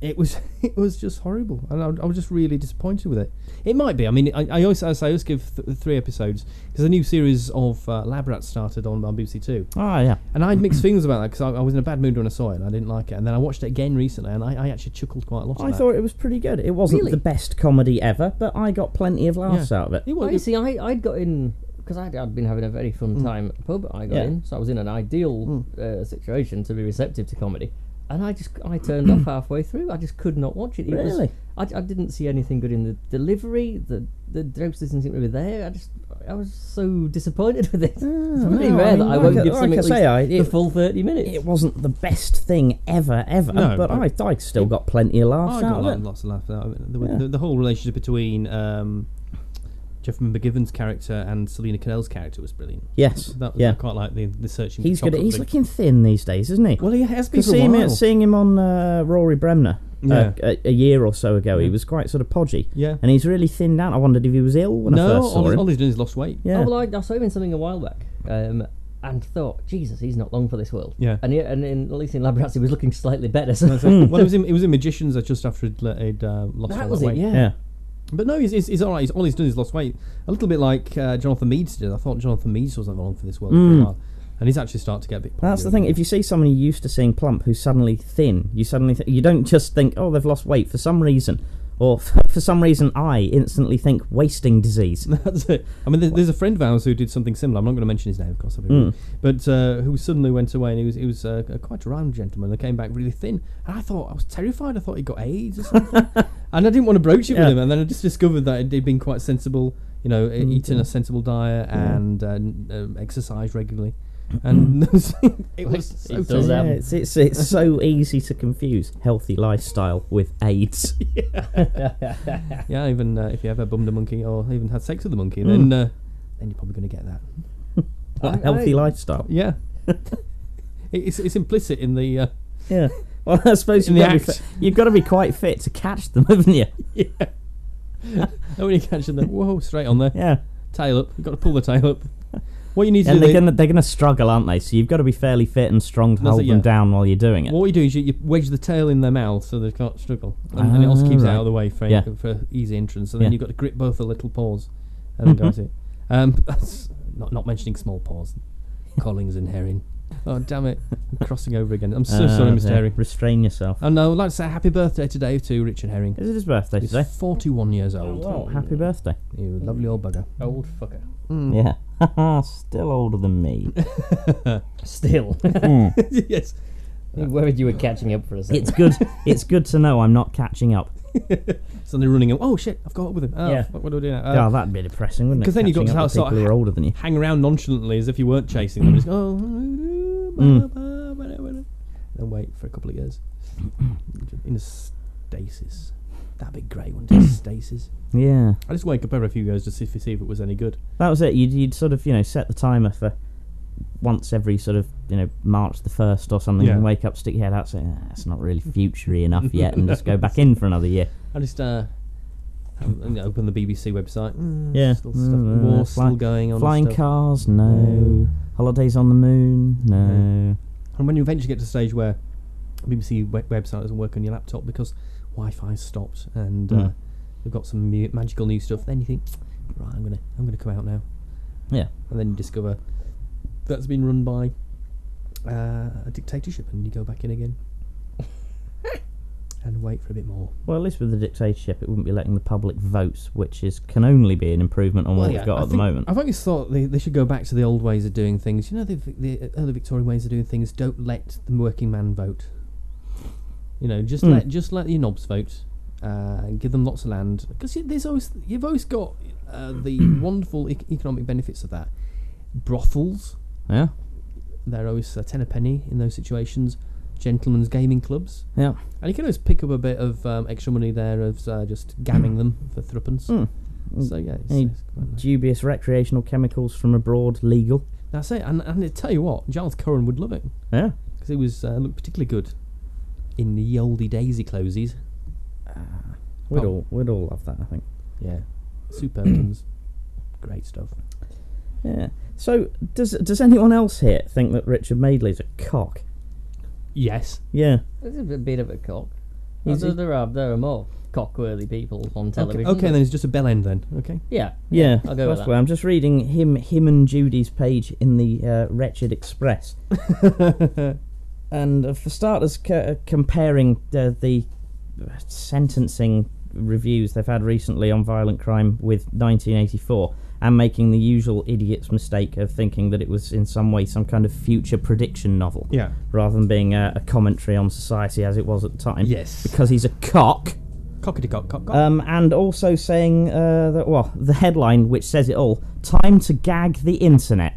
S2: it was it was just horrible, and I, I was just really disappointed with it. It might be. I mean, I, I always as I always give th- three episodes because a new series of uh, Lab Rats started on, on BBC Two.
S6: ah, yeah.
S2: And I had mixed feelings about that because I, I was in a bad mood when I saw it and I didn't like it. And then I watched it again recently and I, I actually chuckled quite a lot. at
S6: I
S2: that.
S6: thought it was pretty good. It wasn't
S7: Really?
S6: the best comedy ever, but I got plenty of laughs
S2: Yeah.
S6: out of it.
S2: it was.
S7: I see. I I'd got in because I'd, I'd been having a very fun time at the pub. I
S6: Mm.
S7: got
S6: Yeah. Mm.
S7: in, so I was in an ideal uh, situation to be receptive to comedy. And I just I turned off halfway through. I just could not watch it. it
S6: Really?
S7: Was, I, I didn't see anything good in the delivery. The the jokes didn't seem to be there. I just I was so disappointed with it. it's very
S6: Ah, no,
S7: rare
S6: I mean,
S7: that I
S6: like
S7: won't
S6: I-
S7: give
S6: like
S7: something
S6: I
S7: at
S6: say,
S7: least
S6: I-
S7: the
S6: it-
S7: full thirty minutes.
S6: It wasn't the best thing ever, ever,
S2: No,
S6: but I,
S2: but-
S6: I still got plenty of
S2: I
S6: laughs
S2: got
S6: out
S2: like,
S6: of it.
S2: lots of laughs out of it. The, the, the whole relationship between um, Jeffrey McGivern's character and Selena Cadell's character was brilliant.
S6: Yes,
S2: That was
S6: yeah.
S2: quite like the, the searching for
S6: He's good.
S2: chocolate
S6: He's
S2: thing.
S6: looking thin these days, isn't he?
S2: Well, he has been
S6: Because
S2: for a
S6: seeing, him-
S2: while.
S6: seeing him on uh, Rory Bremner uh,
S2: Yeah.
S6: a, a year or so ago, he was quite sort of podgy.
S2: Yeah.
S6: And he's really thinned out. I wondered if he was ill when I
S2: No,
S6: first saw
S2: all, he's-
S6: him.
S2: all he's doing is lost weight.
S6: yeah.
S7: Oh, well, I, I saw him in something a while back, um, and thought, Jesus, he's not long for this world.
S2: Yeah.
S7: And he, and in, at least in Labrats, he was looking slightly better. So
S2: well, it was, in, it was in Magicians that just after he'd, let- he'd uh, lost all
S7: that was
S2: weight.
S7: it. Yeah.
S6: yeah.
S2: But no, he's, he's, he's all right. He's, all he's done is lost weight. A little bit like uh, Jonathan Meads did. I thought Jonathan Meads wasn't along for this world for a while. and he's actually starting to get a bit.
S6: Hmm. That's the thing. If you see someone who used to seeing plump who's suddenly thin, you suddenly th- you don't just think, oh, they've lost weight for some reason, or for some reason, I instantly think wasting disease.
S2: That's it. I mean, there- there's a friend of ours who did something similar. I'm not going to mention his name, of course, I'll be rude.
S6: Hmm.
S2: but uh, who suddenly went away and he was he was uh, a quite a round gentleman. They came back really thin, and I thought I was terrified. I thought he got AIDS or something, and I didn't want to broach it
S6: Yeah.
S2: with him. And then I just discovered that he'd been quite sensible, you know,
S6: Hmm.
S2: e- eating a sensible diet and uh, n- um, exercise regularly. And it was so
S7: It
S2: terrifying.
S7: does
S6: Yeah,
S7: happen.
S6: um, it's, it's it's so easy to confuse healthy lifestyle with AIDS.
S2: Yeah, even uh, if you ever bummed a monkey or even had sex with a
S6: Hmm.
S2: monkey, then uh, then you're probably going to get that.
S6: What a healthy lifestyle.
S2: Yeah, It- it's it's implicit in the. Uh,
S6: Yeah. Well, I suppose
S2: In
S6: you've
S2: the
S6: got, to be
S2: act.
S6: fi- you've got to be quite fit to catch them, haven't you?
S2: and when you catch them, whoa, straight on there.
S6: Yeah.
S2: Tail up. You've got to pull the tail up. What you need to
S6: And
S2: do.
S6: they're
S2: is-
S6: gonna they're gonna struggle, aren't they? So you've got to be fairly fit and strong to
S2: That's
S6: hold
S2: it,
S6: them
S2: yeah.
S6: down while you're doing it.
S2: what you do is you, you wedge the tail in their mouth so they can't struggle, and, and it also
S6: Ah,
S2: keeps it
S6: right.
S2: out of the way for,
S6: Yeah.
S2: for easy entrance. And then
S6: Yeah.
S2: you've got to grip both the little paws, and then go at it. Um, but that's not not mentioning small paws, Collings and herring. Oh damn it! I'm crossing over again. I'm so
S6: Uh,
S2: sorry, Oh. Mr.
S6: yeah,
S2: Herring.
S6: Restrain yourself.
S2: And I would like to say happy birthday today to Richard Herring.
S6: Is it his birthday
S2: He's
S6: today?
S2: 41 years old.
S6: Oh, Mm. happy birthday.
S2: He's a lovely old bugger.
S7: Old fucker.
S2: Hmm.
S6: Yeah. Still older than me. Hmm.
S7: Still.
S2: yes.
S7: You worried you were catching up for a second.
S6: It's good. It's good to know I'm not catching up.
S2: Suddenly running up. Oh shit! I've got up with him. Oh,
S6: Yeah.
S2: What, what do I do now? Uh,
S6: oh, that'd be depressing, wouldn't it?
S2: 'cause then you've got
S6: Catching
S2: to
S6: up with
S2: sort of
S6: people who
S2: ha-
S6: are older than you.
S2: hang around nonchalantly as if you weren't chasing them. Just go, oh, then wait for a couple of years in a stasis. That'd be great, wouldn't it? stasis.
S6: Yeah.
S2: I just wake up every few years just to see if it was any good.
S6: That was it. You'd, you'd sort of, you know, set the timer for once every sort of, you know, March the 1st or something,
S2: Yeah.
S6: and wake up, stick your head out, say, ah, it's not really futury enough yet, and just go back in for another year.
S2: I just uh, have- you know, open the BBC website. Mm,
S6: Yeah.
S2: still stuff.
S6: Mm,
S2: war
S6: uh, fly-
S2: still going on. and
S6: Flying
S2: stuff.
S6: cars? No.
S2: No.
S6: Holidays on the moon? No.
S2: And when you eventually get to the stage where BBC we- website doesn't work on your laptop because Wi-Fi stopped and uh,
S6: Mm.
S2: they've got some mu- magical new stuff, then you think, right, I'm gonna I'm gonna come out now,
S6: Yeah.
S2: and then you discover that's been run by uh, a dictatorship, and you go back in again and wait for a bit more.
S6: Well, at least with the dictatorship, it wouldn't be letting the public vote, which is can only be an improvement on what we've got
S2: I
S6: at the
S2: think-
S6: moment.
S2: I've always thought they, they should go back to the old ways of doing things. You know, the, the early Victorian ways of doing things. Don't let the working man vote. You know, just
S6: Hmm.
S2: let just let your knobs vote. Uh, and give them lots of land because there's always you've always got uh, the wonderful e- economic benefits of that. Brothels,
S6: Yeah.
S2: they're always a ten a penny in those situations. Gentlemen's gaming clubs,
S6: Yeah.
S2: and you can always pick up a bit of um, extra money there of uh, just gamming them for threepence.
S6: Hmm.
S2: So yeah, it's,
S6: Any
S2: it's quite nice.
S6: Dubious recreational chemicals from abroad legal.
S2: That's it. And, and I tell you what, Giles Curran would love it
S6: Yeah.
S2: because it was uh, looked particularly good in the oldie daisy closies.
S6: We'd
S2: Oh.
S6: all we'd all love that, I think.
S2: Yeah, superb ones. Great stuff.
S6: Yeah. So does does anyone else here think that Richard Madeley's a cock?
S2: Yes.
S6: Yeah.
S7: It's a bit- bit of a cock.
S6: Is
S7: Although
S6: it-
S7: there are there are more cockworthy people on
S2: Okay,
S7: television.
S2: okay
S7: but-
S2: then it's just a bell end then. Okay.
S7: Yeah.
S6: Yeah.
S7: I'll go with
S6: that's
S7: that.
S6: why I'm just reading him him and Judy's page in the uh, Wretched Express. and uh, for starters, c- uh, comparing uh, the uh, sentencing reviews they've had recently on violent crime with 1984 and making the usual idiot's mistake of thinking that it was in some way some kind of future prediction novel
S2: Yeah.
S6: rather than being a, a commentary on society as it was at the time
S2: Yes.
S6: because he's a cock
S2: Cockity cock cock cock.
S6: um, and also saying uh, that well the headline which says it all time to gag the internet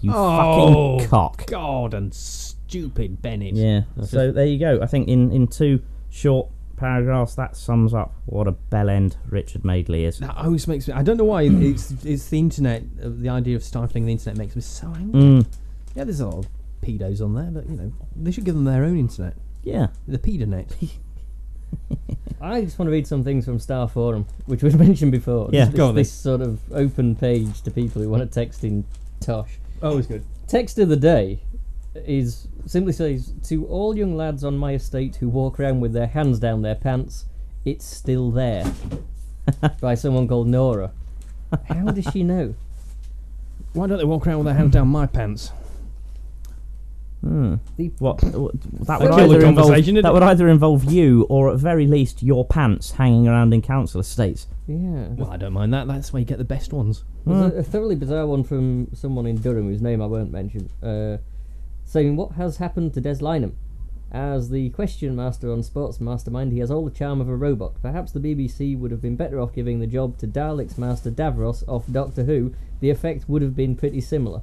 S6: you
S2: Oh,
S6: fucking cock
S2: God and stupid Bennett.
S6: yeah so there you go i think in, in two short paragraphs that sums up what a bell end richard madeley is
S2: That always makes me. I don't know why it's it's the internet. Uh, the idea of stifling the internet makes me so angry.
S6: Mm,
S2: Yeah, there's a lot of pedos on there, but you know they should give them their own internet.
S6: yeah
S2: The pedonet.
S7: I just want to read some things from Star Forum, which we've mentioned before.
S6: Yeah.
S7: This,
S2: Go on then.
S7: this sort of open page to people who want to text in Tosh.
S2: Always good.
S7: Text of the day is simply says to all young lads on my estate who walk around with their hands down their pants, it's still there. by someone called Nora. How does she know?
S2: Why don't they walk around with their hands down my pants?
S6: What, what- that, would
S7: Killer
S6: either involve,
S2: conversation, didn't
S6: that
S2: it?
S6: would either involve you or at very least your pants hanging around in council estates.
S7: Yeah.
S2: Well, I don't mind that. That's where you get the best ones.
S7: There's a, a thoroughly bizarre one from someone in Durham whose name I won't mention, uh, saying, What has happened to Des Lynam? As the question master on Sports Mastermind, he has all the charm of a robot. Perhaps the BBC would have been better off giving the job to Daleks Master Davros off Doctor Who. The effect would have been pretty similar.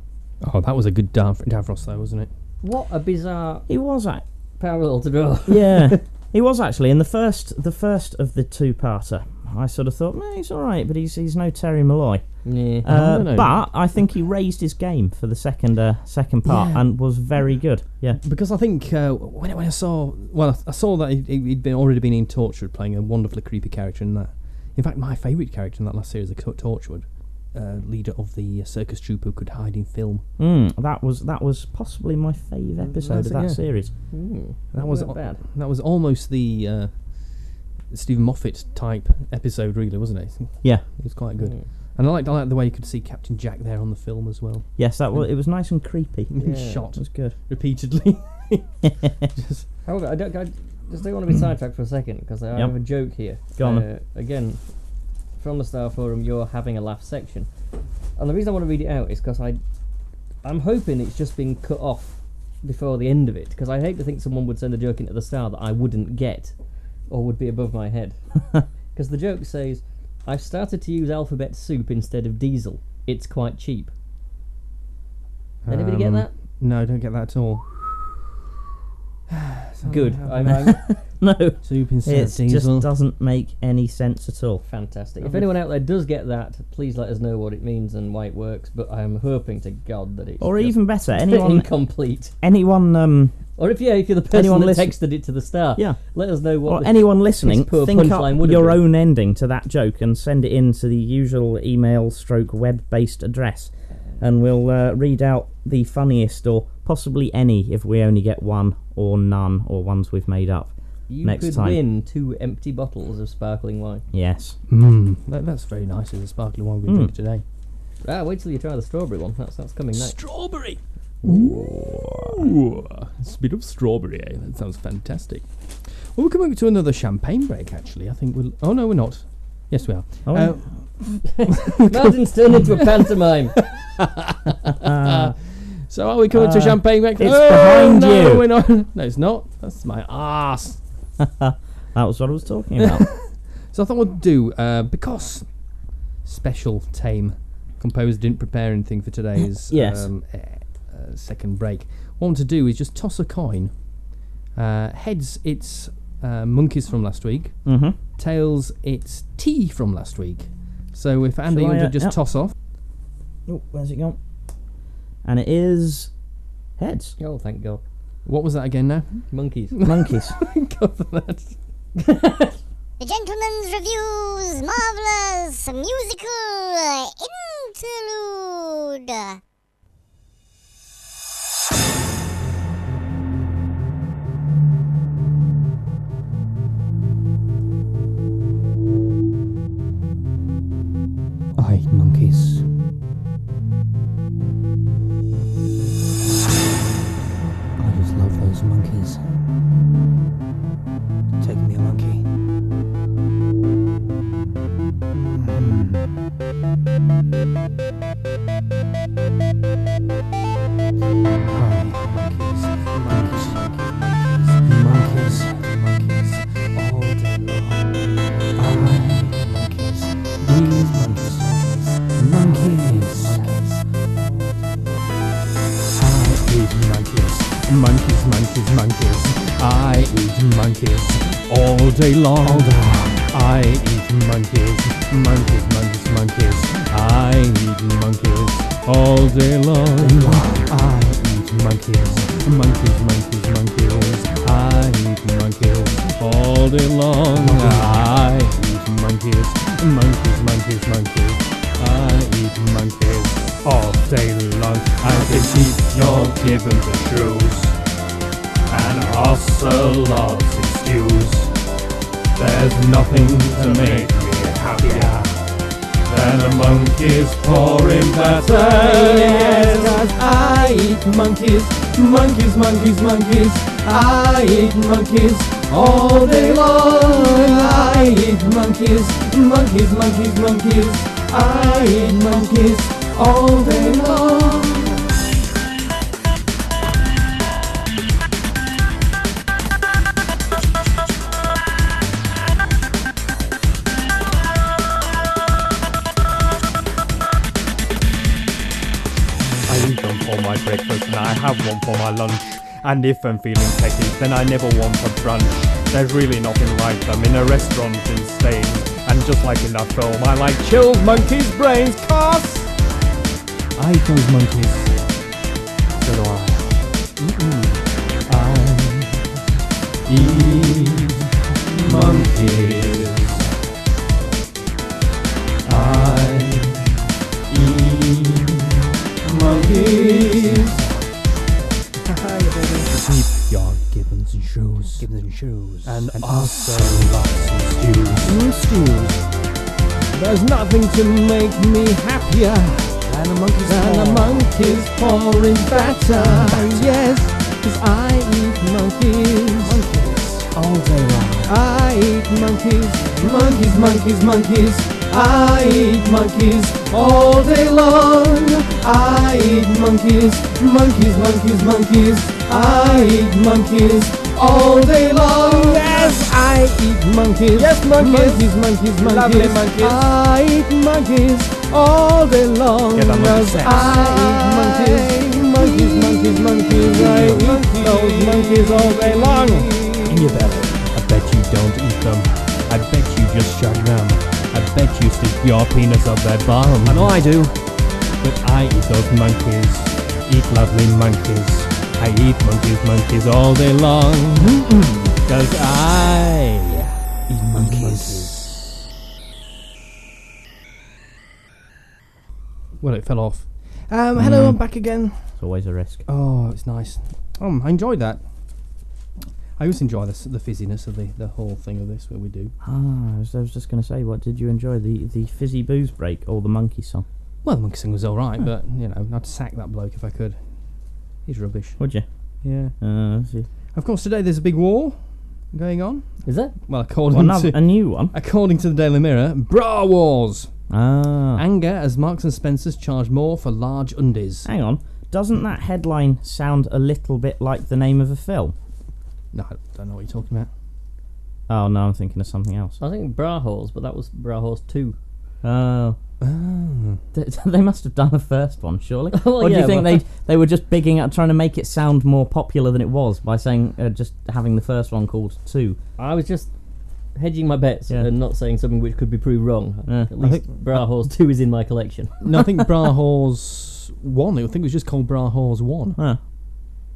S2: Oh, that was a good Dav- Davros, though, wasn't it?
S7: What a bizarre
S6: He was at
S7: parallel to draw.
S6: yeah, he was actually in the first the first of the two parter. I sort of thought, "Meh, he's all right, but he's he's no Terry Malloy.
S7: yeah.
S2: no,
S6: Uh,
S2: no.
S6: But I think he raised his game for the second uh, second part
S2: Yeah.
S6: and was very good. Yeah,
S2: Because I think uh, when, when I saw, well, I saw that he'd, he'd been already been in Torchwood playing a wonderfully creepy character in that. In fact, my favourite character in that last series of Tor- Torchwood, uh, leader of the circus troupe who could hide in film.
S6: mm, that was that was possibly my favourite episode
S2: That's
S6: of
S2: it,
S6: that
S2: yeah.
S6: series.
S2: That was
S7: Hmm. Not bad.
S2: that was almost the uh, Stephen Moffat type episode, really, wasn't it? It
S6: Yeah,
S2: was quite good, and I liked I liked the way you could see Captain Jack there on the film as well,
S6: yes, that
S2: Hmm.
S6: was it was nice and creepy.
S2: being
S7: Yeah.
S2: shot
S6: It was good.
S2: repeatedly.
S7: However, I don't. I just don't want to be sidetracked for a second because I
S6: Mm. Yep.
S7: have a joke here.
S6: Go on then.
S7: Uh, again, from the Star Forum, you're having a laugh section, and the reason I want to read it out is because I, I'm hoping it's just been cut off before the end of it because I hate to think someone would send a joke into the Star that I wouldn't get, or would be above my head, because the joke says, "I've started to use alphabet soup instead of diesel. It's quite cheap." Anybody get
S2: Um,
S7: that?
S2: No, I don't get that at all.
S7: Good. I'm, I'm
S6: No,
S2: Soup instead
S6: it
S2: of diesel.
S6: just doesn't make any sense at all.
S7: Fantastic. If anyone out there does get that, please let us know what it means and why it works. But I'm hoping to God that it's
S6: Or
S7: just
S6: even better, anyone
S7: incomplete.
S6: anyone um
S7: Or if yeah, if you're the person
S6: Anyone
S7: that
S6: listen-
S7: texted it to the star,
S6: Yeah.
S7: let us know what.
S6: Or
S7: the-
S6: anyone listening,
S7: poor
S6: think up
S7: punchline would have
S6: your
S7: been.
S6: own ending to that joke and send it in to the usual email stroke web based address, and we'll uh, read out the funniest or possibly any if we only get one or none or ones we've made up.
S7: you
S6: next
S7: could
S6: time.
S7: win two empty bottles of sparkling wine.
S6: Yes.
S2: Mm, that, that's very nice. It's a sparkly wine we drink today.
S7: Ah, wait till you try the strawberry one. That's that's coming next.
S2: Strawberry. Ooh, it's a bit of strawberry. Eh? That sounds fantastic. Well, we're coming to another champagne break. Actually, I think we'll. Oh no, we're not. Yes, we are.
S6: Oh,
S2: Uh,
S7: Martin's turned into a pantomime.
S2: so are we coming to champagne break?
S6: it's
S2: oh,
S6: behind
S2: no,
S6: you.
S2: We're not. No, it's not. That's my ass.
S6: that was what I was talking about.
S2: So I thought we'd do uh, because special tame composer didn't prepare anything for today's
S6: Yes.
S2: um, uh, uh, second break. What I want to do is just toss a coin. Uh, heads, it's uh, monkeys from last week.
S6: mm-hmm.
S2: Tails, it's tea from last week. So if Andy
S6: Shall I,
S2: wants to
S6: uh,
S2: just
S6: yep.
S2: toss off,
S6: Oh, where's it gone? And it is heads.
S7: oh, thank God.
S2: what was that again? Now
S7: Monkeys.
S6: Monkeys.
S8: The Gentleman's Review's Marvelous Musical Interlude.
S1: I hate monkeys. I just love those monkeys. Take me a monkey. Mm. I hate monkeys, monkeys, monkeys, monkeys, all day long. I hate monkeys, these monkeys, monkeys. I hate monkeys, monkeys, monkeys, monkeys. I eat monkeys all day long. I eat monkeys, monkeys, monkeys, monkeys. I eat monkeys all day long. I eat monkeys, monkeys, monkeys, monkeys. I eat monkeys all day long. I eat monkeys, monkeys, monkeys, monkeys. I eat monkeys all day long. I can eat your given the shrews and ocelot's excuse. There's nothing to make me happier than a monkey's pouring batter. Yes, 'cause I
S2: I eat monkeys, monkeys, monkeys, monkeys. I eat monkeys all day long. I eat monkeys, monkeys, monkeys, monkeys. I eat monkeys all day long.
S10: I eat one for my breakfast and I have one for my lunch. And if I'm feeling techy, then I never want a brunch. There's really nothing like them in a restaurant in Spain. And just like in that film, I like chilled monkeys' brains, cuss! I eat those monkeys. So do I.
S1: Your Gibbons and shoes. Gibbons and shoes. And, and
S2: There's nothing to make me happier
S1: and a monkey's
S2: than a monkey's pouring batter. Yes, 'cause I eat monkeys.
S1: all day long.
S2: I eat monkeys. Monkeys, monkeys, monkeys. I eat monkeys all day long. I eat monkeys. Monkeys, monkeys, monkeys. I eat monkeys all day long. Yes, I eat monkeys. Yes, monkeys. Monkeys, monkeys, monkeys.
S10: Lovely monkeys.
S2: I eat monkeys all day long.
S10: Get that monkey
S2: Yes,
S10: sex.
S2: I eat monkeys. Monkeys, monkeys, monkeys. I eat those monkeys all day long.
S10: in your belly. I bet you don't eat them. I bet you just shove them. I bet you stick your penis up their bum. I know I do. But I eat those monkeys. Eat lovely monkeys. I eat monkeys, monkeys all day long. Cause I eat monkeys.
S5: Well, it fell off. Um, hello, I'm back again.
S6: It's always a risk.
S5: Oh, it's nice. Um, I enjoyed that. I always enjoy this, the fizziness of the, the whole thing of this, where we do.
S6: Ah, I was, I was just going to say, what did you enjoy? The the fizzy booze break or the monkey song?
S5: Well, the monkey sing was alright, but, you know, I'd sack that bloke if I could. He's rubbish.
S6: Would you?
S5: Yeah.
S6: Uh, see.
S5: Of course, today there's a big war going on.
S7: Is that?
S5: Well, according
S6: Well, now-
S5: to
S6: a new one.
S5: according to the Daily Mirror, bra wars.
S6: Ah,
S5: Anger as Marks and Spencers charge more for large undies.
S6: hang on. Doesn't that headline sound a little bit like the name of a film?
S5: No, I don't know what you're talking about.
S6: Oh no, I'm thinking of something else.
S7: I think bra holes, but that was bra holes two.
S5: Ah.
S6: Oh. They, they must have done the first one, surely.
S7: Well,
S6: or do
S7: yeah,
S6: you think
S7: but-
S6: they they were just bigging up, trying to make it sound more popular than it was by saying uh, just having the first one called two?
S7: I was just hedging my bets
S6: Yeah.
S7: and not saying something which could be proved wrong.
S6: Yeah.
S7: At least bra holes two is in my collection.
S5: No, I think bra whores one. I think it was just called bra whores one
S6: Huh.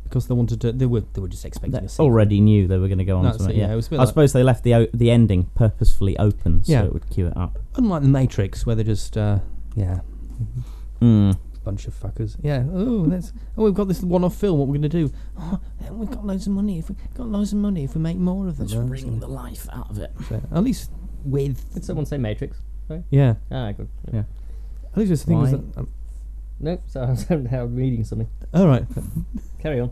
S5: because they wanted to. They were they were just expecting
S6: They
S5: a sequel.
S6: already knew they were going to go on
S5: That's
S6: to it.
S5: it, yeah,
S6: Yeah,
S5: it was a bit
S6: I
S5: like-
S6: suppose they left the o- the ending purposefully open so
S5: Yeah.
S6: it would cue it up.
S5: Unlike the Matrix, where they're just uh, yeah,
S11: Hmm.
S6: Mm.
S5: bunch of fuckers. Yeah. Oh, let's. Oh, we've got this one-off film. What we're gonna do? Oh, then we've got loads of money. If we got loads of money, if we make more of them,
S6: Just
S5: uh,
S6: wring the life out of it.
S5: so- at least with
S7: Did someone say Matrix?
S5: yeah,
S7: Ah, good.
S5: at least with things.
S6: Why?
S5: That, um,
S7: Nope. So I was I'm reading something.
S5: all right.
S7: Carry on.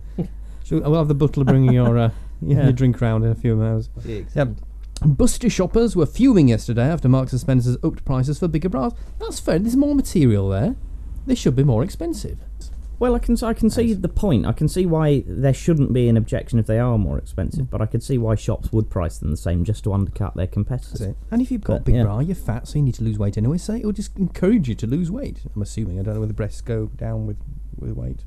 S5: Shall we- We'll have the butler bringing your uh,
S6: Yeah.
S5: your drink round in a few hours.
S7: Excellent.
S5: Buster shoppers were fuming yesterday after Marks and Spencer's upped prices for bigger bras. That's fair. There's more material there. They should be more expensive.
S6: Well, I can I can see the point. I can see why there shouldn't be an objection if they are more expensive, but I could see why shops would price them the same just to undercut their competitors.
S5: And if you've got a
S6: But,
S5: big
S6: yeah.
S5: bra, you're fat, so you need to lose weight anyway. So it'll just encourage you to lose weight. I'm assuming. I don't know whether breasts go down with with weight.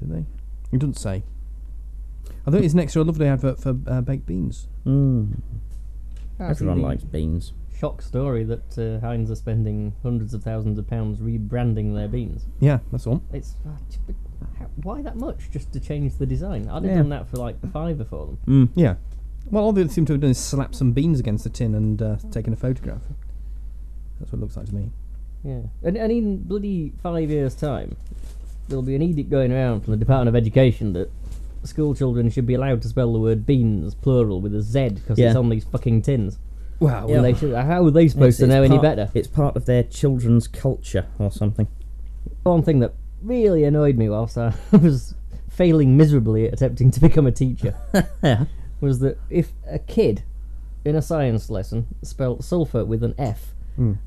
S5: Do they? It doesn't say. I thought it's next to a lovely advert for uh, baked beans.
S6: Mm.
S7: Actually,
S6: Everyone
S7: Ah, the
S6: likes beans.
S7: Shock story that uh, Heinz are spending hundreds of thousands of pounds rebranding their beans.
S5: Yeah, that's all.
S7: It's ah, j- but how- why that much just to change the design? I'd have
S6: Yeah.
S7: done that for like fiver for them.
S5: Yeah. Well, all they seem to have done is slap some beans against the tin and uh, taken a photograph. That's what it looks like to me.
S7: Yeah, and, and in bloody five years' time, there'll be an edict going around from the Department of Education that school children should be allowed to spell the word beans plural with a Z because it's
S6: Yeah.
S7: on these fucking tins.
S5: Wow.
S7: And they should, how are they supposed to
S6: It's-
S7: know
S6: it's
S7: any
S6: part-
S7: better?
S6: It's part of their children's culture or something.
S7: One thing that really annoyed me whilst I was failing miserably at attempting to become a teacher was that if a kid in a science lesson spelt sulfur with an F,
S6: Hmm.
S11: Mm.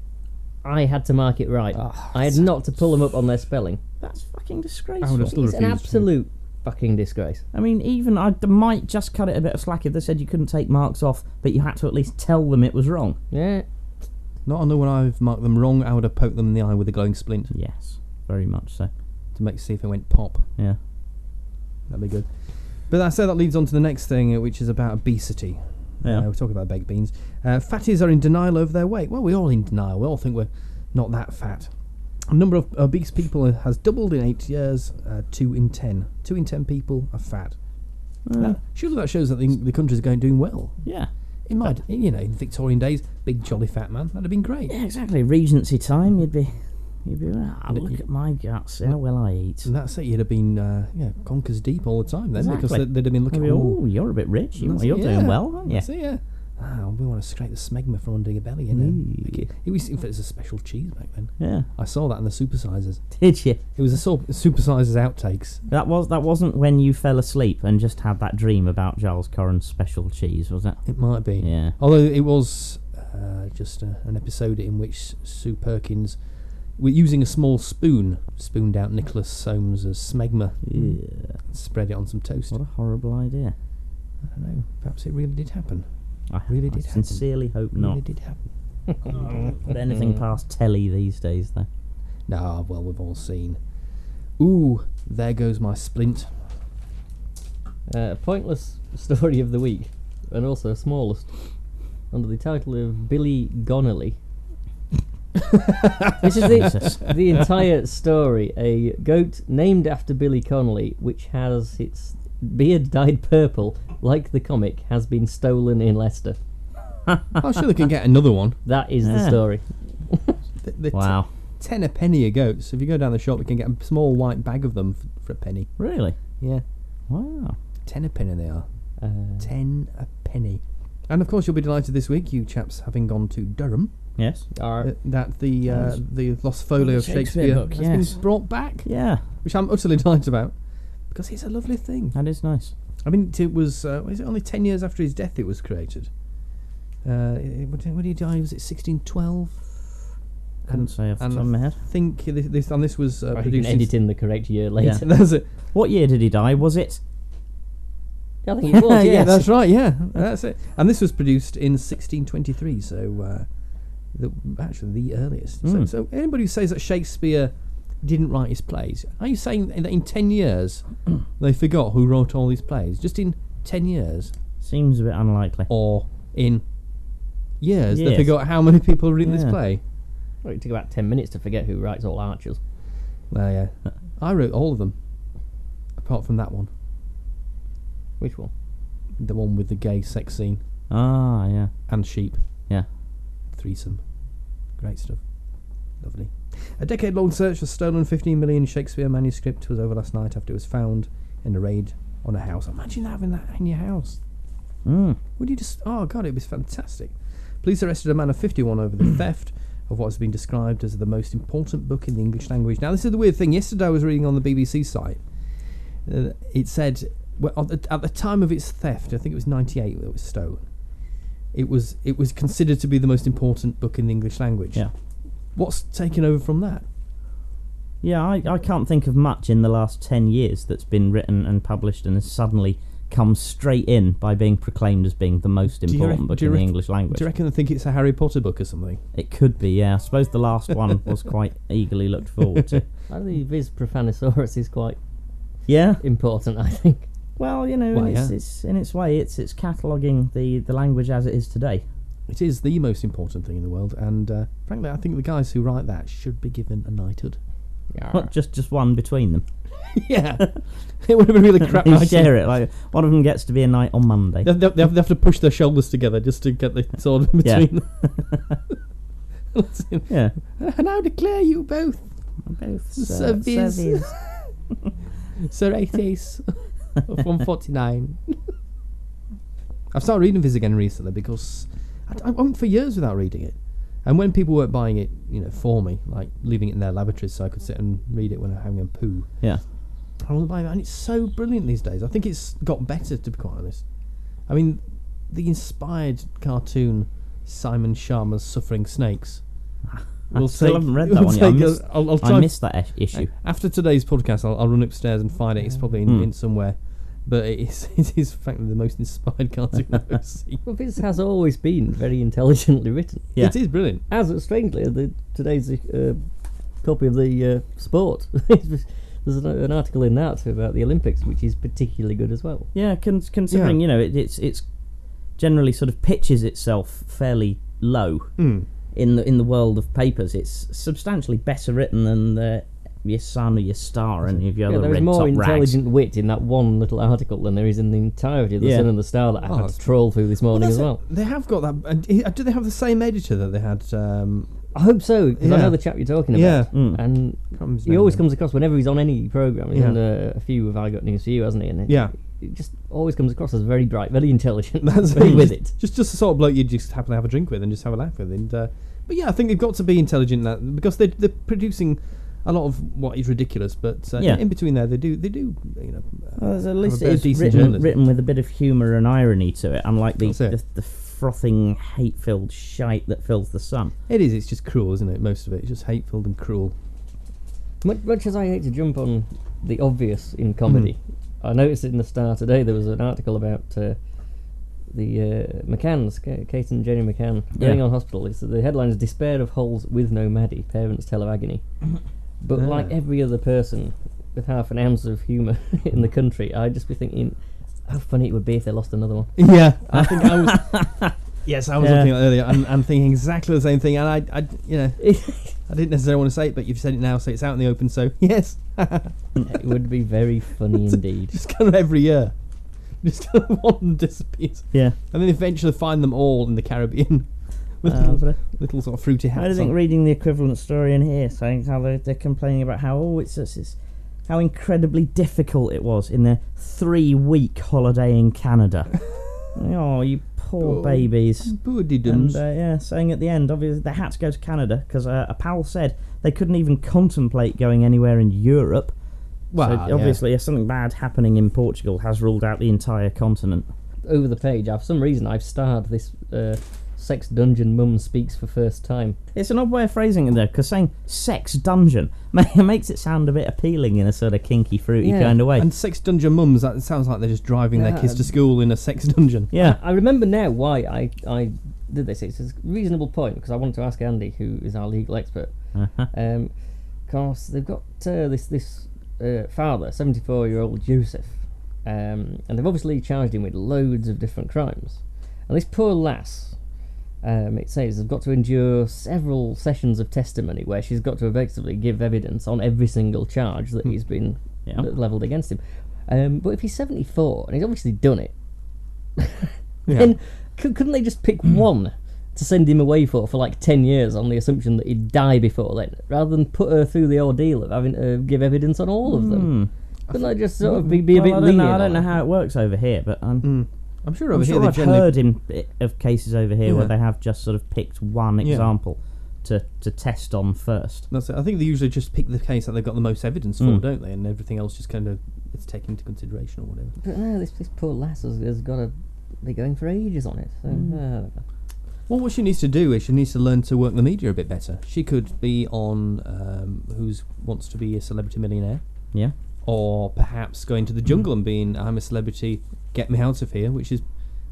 S7: I had to mark it right.
S6: Ah,
S7: I had not to pull them up on their spelling.
S6: That's fucking
S11: I would have
S6: disgraceful.
S11: still
S7: It's an
S11: refused to.
S7: absolute fucking disgrace.
S6: I mean, even I d- might just cut it a bit of slack if they said you couldn't take marks off, but you had to at least tell them it was wrong.
S7: Yeah.
S2: Not only would I have marked them wrong, I would have poked them in the eye with a glowing splint
S6: Yes, very much so.
S2: to make see if it went pop.
S6: Yeah.
S2: That'd be good. But I say that leads on to the next thing, uh, which is about obesity.
S6: Yeah.
S2: Uh, we're talking about baked beans. Uh, fatties are in denial of their weight. Well, we're all in denial. We all think we're not that fat. The number of obese people has doubled in eight years. Uh, two in ten. Two in ten people are fat. Now, surely that shows that the, the country's going doing well.
S6: Yeah.
S2: In my, d- you know, in Victorian days, big jolly fat man, that'd have been great.
S6: Yeah, exactly. Regency time, you'd be, you'd be. Ah, look at my guts. How well I eat.
S2: And that's it. You'd have been, uh, yeah, conkers deep all the time then, because
S6: Exactly.
S2: they'd, they'd have been looking. "Ooh,
S6: Oh, you're a bit rich. You,
S2: That's-
S6: you're
S2: yeah.
S6: doing well, aren't you?
S2: That's it, yeah. Ah, we want to scrape the smegma from under your belly, you know. Like It, it was, in fact, it was a special cheese back then.
S6: Yeah.
S2: I saw that in the supersizers.
S6: Did you?
S2: It was a sort supersizers outtakes.
S6: That was that wasn't when you fell asleep and just had that dream about Giles Corran's special cheese, was it?
S2: It might be.
S6: Yeah.
S2: Although it was uh, just a, an episode in which Sue Perkins, were using a small spoon, spooned out Nicholas Soames' smegma,
S6: Yeah.
S2: and spread it on some toast.
S6: What a horrible idea.
S2: I don't know. Perhaps it really did happen.
S6: I
S2: Really
S6: I
S2: did happen.
S6: sincerely hope
S2: Really
S6: not.
S2: did Mm. happen.
S6: But anything past telly these days, though.
S2: Nah, well, we've all seen. Ooh, there goes my splint.
S7: Uh, pointless story of the week, and also smallest, under the title of Billy Gonnolly. this is
S6: Jesus.
S7: the, the entire story. A goat named after Billy Connolly, which has its beard dyed purple, like the comic, has been stolen in Leicester.
S2: I'm Oh, sure they can get another one.
S7: That is the
S2: Ah.
S6: Yeah.
S7: story.
S2: Th- they're t-
S6: Wow.
S2: ten a penny a goat. So if you go down the shop, you can get a small white bag of them for, for a penny.
S6: Really?
S2: Yeah,
S6: Wow.
S2: ten a penny they are.
S7: Uh,
S2: Ten a penny. And of course, you'll be delighted this week, you chaps, having gone to Durham,
S6: Yes.
S7: are-
S2: uh, that the uh, the lost folio of Shakespeare,
S6: Shakespeare book,
S2: has
S6: yes.
S2: been brought back,
S6: Yeah.
S2: which I'm utterly delighted about because it's a lovely thing.
S6: That is nice.
S2: I mean, it was uh, was it only ten years after his death it was created? Uh, it, what did what did he die? Was it 1612?
S6: Couldn't say off the
S2: and
S6: top of my head.
S2: I think this, this and this was uh,
S7: or you can
S2: produced. in-
S7: edit in the correct year later.
S2: That's it.
S6: What year did he die? Was it?
S7: I think it was,
S2: yeah,
S7: yes.
S2: that's right. Yeah, that's it. And this was produced in 1623, so uh, the, actually the earliest. So,
S6: Mm.
S2: so anybody who says that Shakespeare didn't write his plays, are you saying that in ten years they forgot who wrote all these plays? Just in ten years,
S6: Seems a bit unlikely.
S2: or in years they
S6: Years.
S2: forgot how many people were in this
S6: Yeah.
S2: play?
S7: Well, it took about 10 minutes to forget who writes all Archers.
S2: Well, yeah, I wrote all of them, apart from that one,
S7: Which one?
S2: the one with the gay sex scene
S6: Ah, yeah.
S2: and sheep.
S6: Yeah.
S2: threesome. Great stuff. Lovely. A decade long search for stolen 15 million Shakespeare manuscript was over last night after it was found in a raid on a house. Imagine having that in your house.
S6: Mm.
S2: Would you just. Oh, God, it'd be fantastic. Police arrested a man of 51 over the theft of what has been described as the most important book in the English language. Now, this is the weird thing. Yesterday I was reading on the BBC site. Uh, it said, well, at the- at the time of its theft, I think it was 98 that it was stolen. It was it was considered to be the most important book in the English language.
S6: Yeah.
S2: What's taken over from that?
S6: Yeah, I, I can't think of much in the last 10 years that's been written and published and has suddenly come straight in by being proclaimed as being the most
S2: you
S6: important
S2: reckon-
S6: book
S2: do you
S6: in the
S2: reckon-
S6: English language.
S2: Do you reckon they think it's a Harry Potter book or something?
S6: It could be, yeah. I suppose the last one was quite eagerly looked forward to.
S7: I think Viz Profanosaurus is quite
S6: Yeah?
S7: important, I think.
S6: Well, you know,
S2: Well,
S6: it's,
S2: yeah.
S6: it's in its way, it's it's cataloguing the, the language as it is today.
S2: It is the most important thing in the world, and uh, frankly, I think the guys who write that should be given a knighthood. Uh,
S6: Not just, just one between them.
S2: yeah, it would have been really crap.
S6: They
S2: knighthood.
S6: share it. Like, one of them gets to be a knight on Monday.
S2: They, they- they have, they have to push their shoulders together just to get the sword in
S6: Yeah.
S2: between. them.
S6: Yeah.
S2: and I declare you both,
S6: Both
S2: Sir Viz. Sir Ates of one forty nine. I've started reading this again recently because I, I went for years without reading it, And when people weren't buying it, you know, for me, like leaving it in their laboratories so I could sit and read it when I'm having a poo,
S6: Yeah.
S2: I wasn't buying it. And it's so brilliant these days. I think it's got better, to be quite honest. I mean, the inspired cartoon Simon Sharma's Suffering Snakes.
S6: I still haven't read that
S2: we'll
S6: one yet. I
S2: take a-
S6: missed-
S2: I'll- I'll
S6: I
S2: try-
S6: missed that es- issue.
S2: After today's podcast, I'll, I'll run upstairs and find it. It's probably in,
S6: Hmm.
S2: in somewhere. But it is, it is frankly the most inspired cartoon I've ever seen.
S7: Well, this has always been very intelligently written.
S6: Yeah.
S2: It is brilliant.
S7: As strangely, the, today's uh, copy of the uh, Sport. There's an, an article in that about the Olympics, which is particularly good as well.
S6: Yeah, con- considering you know it, it's it's generally sort of pitches itself fairly low in the in the world of papers. It's substantially better written than the your sun or your star and your
S7: Yeah,
S6: other
S7: there is
S6: red
S7: more
S6: top rags.
S7: intelligent wit in that one little article than there is in the entirety of the
S6: Yeah.
S7: Sun and the Star that I had
S2: that's-
S7: to troll through this morning
S2: Well,
S7: as
S2: that's it.
S7: well.
S2: They have got that. and he- Do they have the same editor that they had? Um,
S7: I hope so because I
S2: Yeah.
S7: know the chap you're talking about.
S2: Yeah.
S6: Mm.
S7: and
S2: can't remember his
S7: he
S2: name
S7: always
S2: now.
S7: comes across whenever he's on any program. He's
S2: Yeah.
S7: on uh, a few of I Got News for You, hasn't he? And it,
S2: Yeah.
S7: it just always comes across as very bright, very intelligent,
S2: That's
S7: very
S2: it.
S7: with it.
S2: Just- Just just the sort of bloke you just happen to have a drink with and just have a laugh with. And uh, but yeah, I think they've got to be intelligent in that because they're they're producing a lot of what is ridiculous. But uh,
S6: Yeah.
S2: in between there, they do they do you know.
S6: Well, there's at
S2: a
S6: least
S2: bit of
S6: it's
S2: decent
S6: written,
S2: journalism.
S6: written with a bit of humour and irony to it, unlike the
S2: That's it.
S6: the, the frothing, hate-filled shite that fills the sun.
S2: It is. It's just cruel, isn't it? Most of it. It's just hateful and cruel.
S7: Much, much as I hate to jump on the obvious in comedy,
S2: Hmm.
S7: I noticed in the Star today there was an article about uh, the uh, McCanns, Ca- Kate and Jenny McCann, going
S6: Yeah.
S7: on hospital. It's, the headline is "Despair of Holes with No Maddie." Parents tell of agony. But like every other person with half an ounce of humour in the country, I'd just be thinking how funny it would be if they lost another one.
S2: Yeah, I think I was. yes, I was
S6: Yeah.
S2: looking at it earlier and, and thinking exactly the same thing. And I, I, you know,
S7: it
S2: I didn't necessarily want to say it, but you've said it now, so it's out in the open. So yes,
S7: would be very funny indeed.
S2: just kind of every year, just kind of one disappears,
S6: Yeah.
S2: and then eventually find them all in the Caribbean with
S6: Uh,
S2: little,
S6: but
S2: little sort of fruity hats.
S6: I don't think
S2: on.
S6: reading the equivalent story in here, saying how they're, they're complaining about how oh it's, it's, it's how incredibly difficult it was in their three-week holiday in Canada. oh, you poor
S2: Oh,
S6: babies.
S2: Poor
S6: And
S2: diddums.
S6: uh, yeah, saying at the end, obviously they had to go to Canada because uh, a pal said they couldn't even contemplate going anywhere in Europe.
S2: well,
S6: so
S2: yeah.
S6: obviously, if something bad happening in Portugal has ruled out the entire continent.
S7: Over the page, I- for some reason, I've starred this uh, sex dungeon mum speaks for first time.
S6: It's an odd way of phrasing it though, because saying "sex dungeon" ma- makes it sound a bit appealing in a sort of kinky, fruity
S7: Yeah,
S6: kind of way.
S2: And sex dungeon mums. That sounds like they're just driving
S7: Yeah.
S2: their kids to school in a sex dungeon.
S6: yeah,
S7: I remember now why I, I did this. It's a reasonable point because I wanted to ask Andy, who is our legal expert.
S6: Uh-huh.
S7: Um, because they've got uh, this this uh, father, seventy four year old Joseph, um, and they've obviously charged him with loads of different crimes. And this poor lass, um, it says, has got to endure several sessions of testimony where she's got to effectively give evidence on every single charge that he's been
S6: Yeah.
S7: levelled against him. Um, but if he's seventy four and he's obviously done it, then cou- couldn't they just
S6: Hmm.
S7: pick one to send him away for for like 10 years on the assumption that he'd die before then rather than put her through the ordeal of having to give evidence on all of them couldn't I just sort of be, be a
S6: Hmm. Well,
S7: bit
S6: I don't,
S7: lenient
S6: know, I don't
S7: on
S6: know
S7: it?
S6: how it works over here, but I'm,
S2: I'm sure Mm.
S6: I'm
S2: over here
S6: sure
S2: they
S6: I've
S2: generally
S6: heard in i- of cases over here where
S2: Yeah.
S6: they have just sort of picked one example to to test on first.
S2: That's it. I think they usually just pick the case that they've got the most evidence
S6: Mm.
S2: for, don't they? And everything else just kind of it's taken into consideration or whatever.
S7: but no this, this poor lass has, has got to be going for ages on it so,
S6: Hmm.
S7: uh,
S2: Well, what she needs to do is she needs to learn to work the media a bit better. She could be on um, Who's Wants to Be a Celebrity Millionaire,
S6: Yeah,
S2: or perhaps going to the jungle and being I'm a celebrity, get me out of here, which is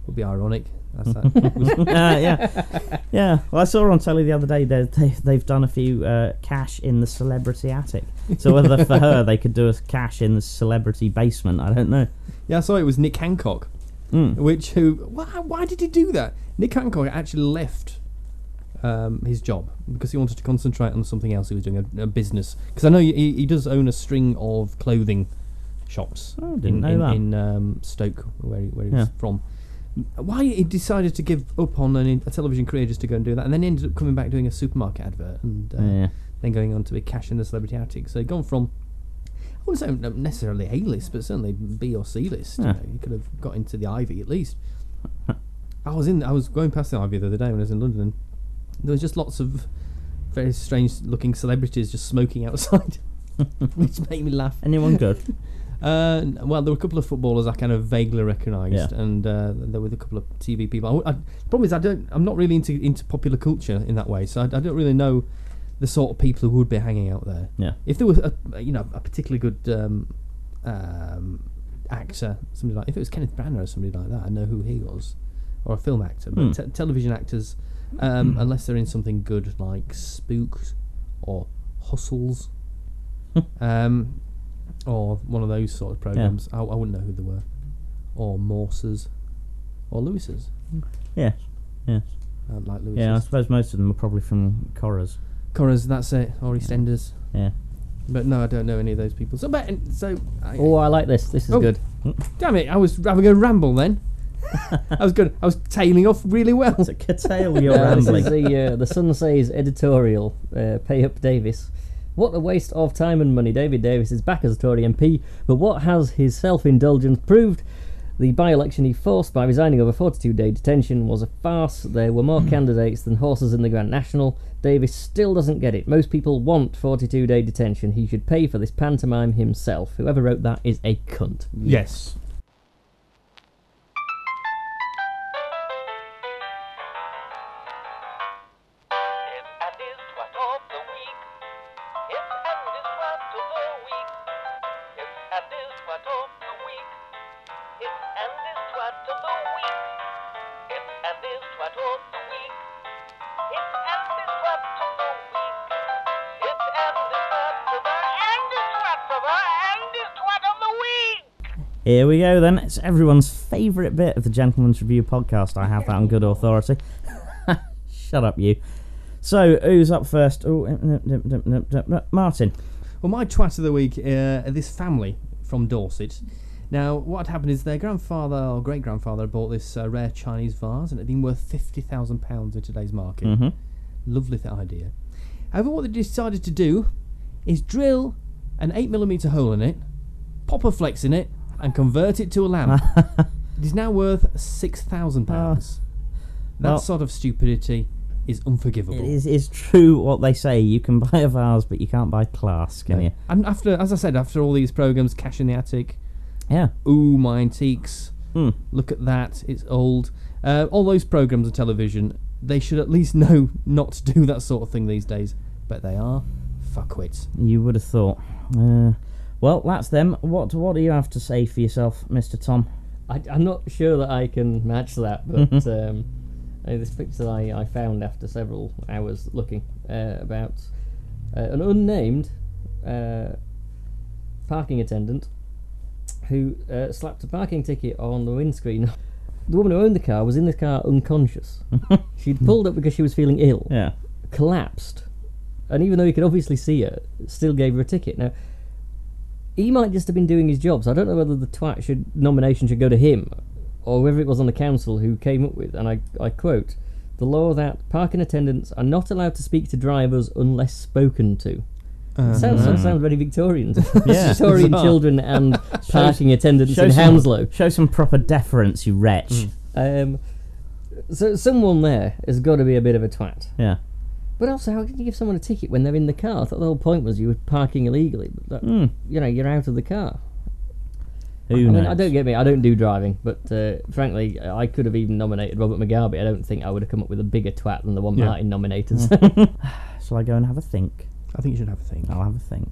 S2: would be ironic. That's that.
S6: uh, yeah, yeah. Well, I saw on telly the other day they they they've done a few uh, cash in the celebrity attic. So whether for her they could do a cash in the celebrity basement, I don't know.
S2: Yeah, I saw it was Nick Hancock,
S6: Hmm.
S2: which who why, why did he do that? Nick Hancock actually left um, his job because he wanted to concentrate on something else. He was doing a, a business because I know he, he does own a string of clothing shops.
S6: Oh, didn't
S2: in,
S6: know
S2: in,
S6: that.
S2: in um, Stoke, where he, where he's
S6: Yeah.
S2: from. Why he decided to give up on an, a television career just to go and do that, and then he ended up coming back doing a supermarket advert and uh,
S6: Yeah.
S2: then going on to be cash in the celebrity attic. So he'd gone from I wouldn't say not necessarily A list, but certainly B or C list.
S6: Yeah.
S2: You, know, you could have got into the Ivy at least. I was in. I was going past the Ivy the other day when I was in London. there was just lots of very strange looking celebrities just smoking outside, which made me laugh.
S6: Anyone good?
S2: Uh, n- well, there were a couple of footballers I kind of vaguely recognised,
S6: Yeah.
S2: and uh, there were a couple of TV people. I w- I, problem is, I don't. I'm not really into into popular culture in that way, so I, I don't really know the sort of people who would be hanging out there.
S6: Yeah.
S2: If there was a a, you know a particularly good um, um, actor, somebody like if it was Kenneth Branagh or somebody like that, I know who he was, or a film actor. But
S6: Hmm.
S2: te- television actors, um, unless they're in something good like Spooks or Hustles, um, or one of those sort of programs, I, I wouldn't know who they were, or Morse's, or Lewis's.
S6: Yes. Yes.
S2: I'd like Lewis's.
S6: Yeah, I suppose most of them are probably from Cora's.
S2: Corras, that's it, or EastEnders.
S6: Yeah.
S2: But no, I don't know any of those people. So, but, so I,
S7: Oh, I like this. This is
S2: Oh.
S7: good.
S2: Damn it! I was having a ramble then. I was good. I was tailing off really well.
S6: To curtail your
S7: Uh, this is
S6: rambling.
S7: the uh, the Sun Says editorial. Uh, pay up, Davis. What a waste of time and money. David Davis is back as a Tory MP, but what has his self-indulgence proved? The by-election he forced by resigning over 42-day detention was a farce. There were more candidates than horses in the Grand National. Davis still doesn't get it. Most people want 42-day detention. He should pay for this pantomime himself. Whoever wrote that is a cunt.
S12: Yes.
S6: Here we go then. It's everyone's favourite bit of the Gentleman's Review podcast. I have that on good authority. Shut up, you. So, who's up first? Oh, no, no, no, no, no, no. Martin.
S2: Well, my twat of the week. Uh, this family from Dorset. Now, what had happened is their grandfather or great grandfather bought this uh, rare Chinese vase, and it had been worth fifty thousand pounds in today's market.
S6: Mhm.
S2: Lovely th- idea. However, what they decided to do is drill an eight millimeter hole in it, pop a flex in it, and convert it to a lamp. it is now worth six thousand pounds. That
S6: Ah. well-
S2: sort of stupidity is unforgivable.
S6: It is, is true what they say. You can buy a vase, but you can't buy class, can you?
S2: And after, as I said, after all these programs, Cash in the Attic,
S6: Yeah.
S2: Ooh My Antiques,
S6: Hmm.
S2: Look at That, It's Old, uh, all those programs on television, they should at least know not to do that sort of thing these days. But they are fuckwits.
S6: You would have thought. Uh, well, that's them. What What do you have to say for yourself, Mister Tom?
S7: I, am not sure that I can match that, but um, uh, this picture I, I found after several hours looking uh, about uh, an unnamed uh, parking attendant who uh, slapped a parking ticket on the windscreen. The woman who owned the car was in the car unconscious. She'd pulled up because she was feeling ill
S6: Yeah.
S7: collapsed, and even though he could obviously see her, still gave her a ticket. Now, he might just have been doing his job, so I don't know whether the twat should nomination should go to him, or whether it was on the council who came up with. And I, I quote, the law that parking attendants are not allowed to speak to drivers unless spoken to. Sounds sounds sounds very Victorian.
S6: Uh-huh. Yeah.
S7: Victorian children and parking attendants in
S6: some-
S7: Hounslow.
S6: Show some proper deference, you wretch.
S7: Um, so someone there has got to be a bit of a twat.
S6: Yeah.
S7: But also, how can you give someone a ticket when they're in the car? I thought the whole point was you were parking illegally. But that,
S6: Hmm.
S7: you know, you're out of the car.
S6: Who
S7: I
S6: knows?
S7: mean, I don't get me. I don't do driving, but uh, frankly, I could have even nominated Robert Mugabe. I don't think I would have come up with a bigger twat than the one
S2: Yeah.
S7: Martin nominated.
S6: Hmm. Shall I go and have a think?
S2: I think you should have a think.
S6: I'll have a think.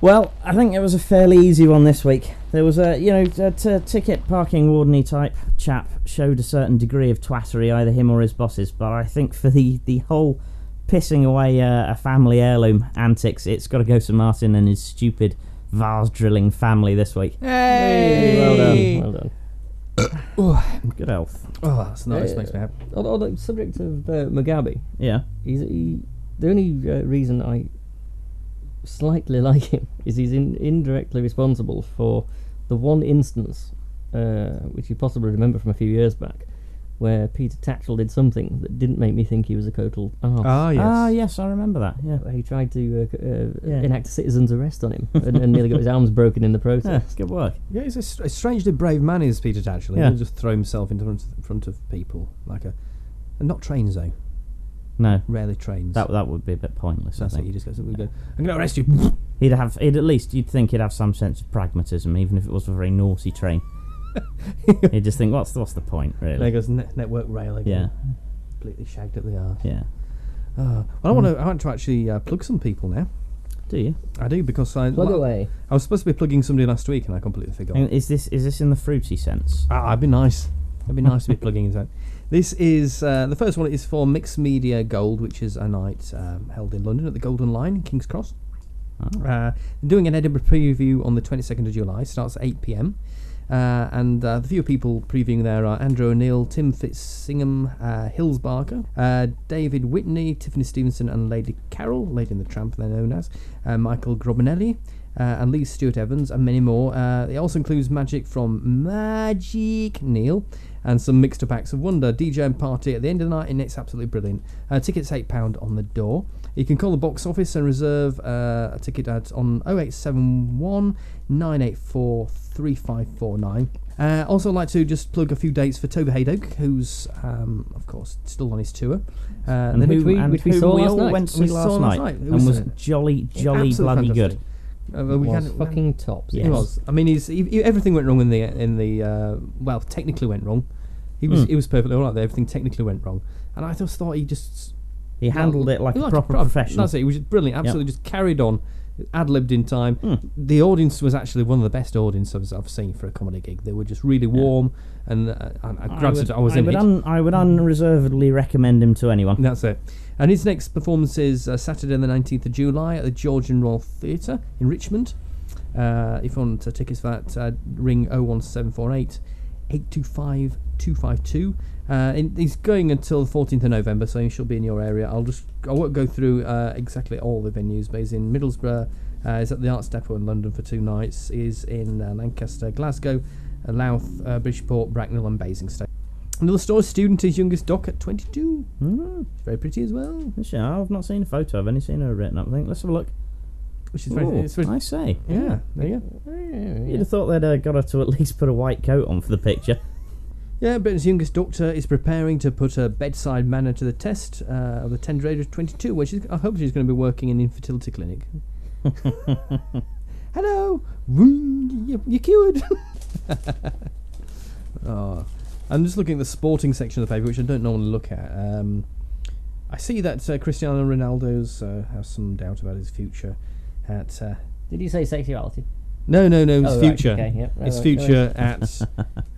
S6: Well, I think it was a fairly easy one this week. There was a, you know, a t- ticket parking wardeny type chap showed a certain degree of twattery, either him or his bosses. But I think for the the whole pissing away uh, a family heirloom antics, it's got to go to Martin and his stupid vase drilling family this week.
S7: well done, well done.
S6: Good health.
S2: Oh, that's nice.
S7: Uh,
S2: makes me happy.
S7: Although, although subject of uh, Mugabe,
S6: Yeah.
S7: he's he, the only uh, reason I slightly like him is he's in, indirectly responsible for the one instance uh, which you possibly remember from a few years back where Peter Tatchell did something that didn't make me think he was a total arse.
S13: Ah, yes.
S6: Ah, yes, I remember that. Yeah.
S7: Where he tried to uh, c- uh,
S6: Yeah.
S7: enact a citizen's arrest on him and, and nearly got his arms broken in the
S6: Yeah,
S7: process.
S6: it's good work.
S2: Yeah, he's a, str- a strangely brave man, is Peter Tatchell.
S6: Yeah.
S2: He'll just throw himself in front of, front of people like a, and not trains though.
S6: No,
S2: Rarely trains.
S6: that that would be a bit pointless.
S2: that's
S6: I
S2: it.
S6: think.
S2: He just goes. We go. I'm going to arrest you.
S6: He'd have. He'd at least. You'd think he'd have some sense of pragmatism, even if it was a very naughty train. he'd just think, what's what's the point,
S2: And there
S6: really?
S2: goes net, network rail
S6: Yeah.
S2: again. Completely shagged at the arse.
S6: Yeah.
S2: Ah, well, I want to. I want to actually uh, plug some people now.
S6: Do you?
S2: I do because I.
S7: Plug
S2: well,
S7: away.
S2: I was supposed to be plugging somebody last week and I completely forgot.
S6: And is this is this in the fruity sense?
S2: Ah, it'd be nice. It'd be nice to be plugging into that. This is uh, the first one is for Mixed Media Gold, which is a night um, held in London at the Golden Lion in King's Cross. Uh, doing an Edinburgh preview on the 22nd of July. Starts at 8 pm. Uh, and uh, the few people previewing there are Andrew O'Neill, Tim Fitzsingham, uh, Hills Barker, uh, David Whitney, Tiffany Stevenson, and Lady Carroll, Lady in the Tramp, they're known as, uh, Michael Grobinelli, uh, and Lee Stewart Evans, and many more. Uh, it also includes magic from Magic Neil and some mixed up acts of wonder. DJ and party at the end of the night, and it's absolutely brilliant. Uh, tickets £8 on the door. You can call the box office and reserve uh, a ticket at on 0871 984 3549. Uh, also, I'd like to just plug a few dates for Toby Haydoke, who's, um, of course, still on his tour. Uh, and
S7: Which we-
S6: and
S7: which we
S6: who
S7: saw
S6: we
S7: last
S6: all
S7: night.
S6: went to see
S2: We
S6: last,
S2: saw last
S6: night,
S2: night. It
S6: and
S2: was,
S6: was
S2: uh,
S6: jolly, jolly
S2: Absolutely
S6: bloody good.
S2: fantastic. Uh, well, we
S7: was
S2: had- we had-
S7: fucking tops.
S6: Yeah.
S2: he
S6: Yes.
S2: was. I mean, he's he, he- everything went wrong in the in the uh, well, technically went wrong. He was
S6: Mm.
S2: he was perfectly all right. There, everything technically went wrong, and I just thought he just
S6: He handled it like
S2: he
S6: a
S2: liked
S6: proper
S2: pro-
S6: professional.
S2: That's it. He was just brilliant. Absolutely, just carried on, ad libbed in time.
S6: Mm.
S2: The audience was actually one of the best audiences I've seen for a comedy gig. They were just really warm, and uh, I, I,
S6: I
S2: granted
S6: would,
S2: I was
S6: I
S2: in
S6: would,
S2: it.
S6: un, I would unreservedly recommend him to anyone.
S2: That's it. And his next performance is uh, Saturday, the 19th of July, at the Georgian Royal Theatre in Richmond. Uh, if you want uh, tickets for that, uh, ring 01748 825 252. Uh, and he's going until the 14th of November, so he should be in your area. I'll just I won't go through uh, exactly all the venues, but he's in Middlesbrough, uh, he's at the Arts Depot in London for two nights, he's in uh, Lancaster, Glasgow, uh, Louth, uh, Bridgeport, Bracknell, and Basingstoke. Another story student, his youngest doc at 22.
S6: Mm,
S2: It's very pretty as well.
S6: actually, I've not seen a photo. I've only seen her written up. I think let's have a look.
S2: Which is very,
S6: Ooh,
S2: it's very
S6: I say,
S2: yeah. There you go.
S6: you'd have thought they'd uh, got her to at least put a white coat on for the picture.
S2: Yeah, Britain's youngest doctor is preparing to put her bedside manner to the test uh, of the tender age of 22, which is, I hope she's going to be working in infertility clinic. Hello, Vroom, you- you're cured. oh, I'm just looking at the sporting section of the paper, which I don't normally look at. Um, I see that uh, Cristiano Ronaldo's uh, has some doubt about his future at uh,
S7: Did you say sexuality?
S2: No, no, no. It's
S7: Oh, right,
S2: future.
S7: okay, yep, right,
S2: it's
S7: right,
S2: future at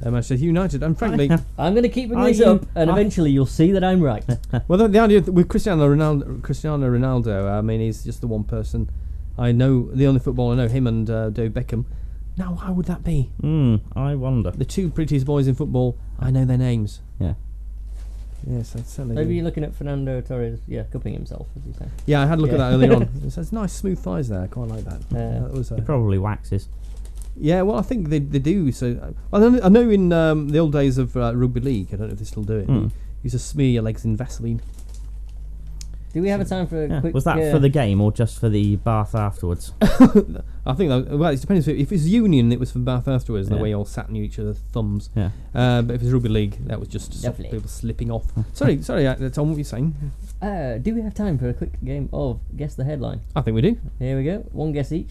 S2: uh, Manchester United. And frankly,
S7: I'm going to keep bringing
S6: Are
S7: this
S6: you-
S7: up, and
S6: are-
S7: eventually you'll see that I'm right.
S2: well, the, the idea that with Cristiano Ronaldo, Cristiano Ronaldo, I mean, he's just the one person I know, the only footballer I know, him and uh, David Beckham. Now, how would that be?
S6: Hmm, I wonder.
S2: The two prettiest boys in football. I know their names.
S6: Yeah.
S2: Yes, that's certainly.
S7: Maybe you're looking at Fernando Torres, yeah, cupping himself, as you say.
S2: Yeah, I had a look at
S7: Yeah.
S2: that earlier on. It says nice smooth thighs there. I quite like that.
S7: Yeah.
S2: that was, uh,
S6: He probably waxes.
S2: yeah, well, I think they, they do. So, well, I know- I know in um, the old days of uh, rugby league, I don't know if they still do it.
S6: Mm.
S2: You used to smear your legs in Vaseline.
S7: Do we have a time for a
S6: Yeah.
S7: quick?
S6: Was that
S7: uh,
S6: for the game or just for the bath afterwards?
S2: I think that, well, it depends. If it's union, it was for Bath afterwards, and the
S6: Yeah.
S2: way you all sat near each other's thumbs.
S6: Yeah.
S2: Uh, but if it was rugby league, that was just sort of
S7: Lovely.
S2: people slipping off. sorry, sorry, uh, Tom, what were you saying?
S7: Uh, do we have time for a quick game of guess the headline?
S2: I think we do.
S7: Here we go. One guess each.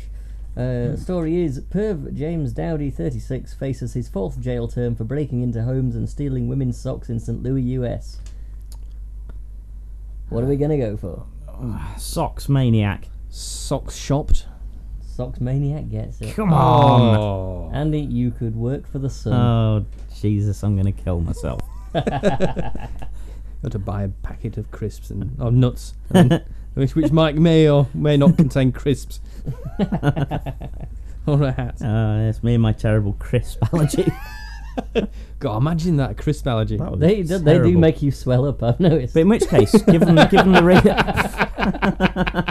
S6: Hmm.
S7: Uh, story is Perv James Dowdy, 36, faces his fourth jail term for breaking into homes and stealing women's socks in St. Louis, US. What are we gonna go for?
S6: Socks maniac.
S2: Socks shopped.
S7: Socks maniac gets it.
S6: Come on.
S2: Oh.
S7: Andy, you could work for the Sun.
S6: Oh Jesus, I'm gonna kill myself.
S2: Got to buy a packet of crisps and oh, nuts, and- which, which might may or may not contain crisps. or a hat.
S6: Uh, it's me and my terrible crisp allergy.
S2: God, imagine that crisp allergy.
S6: That would be
S7: They, they, they do
S6: terrible.
S7: make you swell up, I've noticed.
S6: But in which case, given given the re-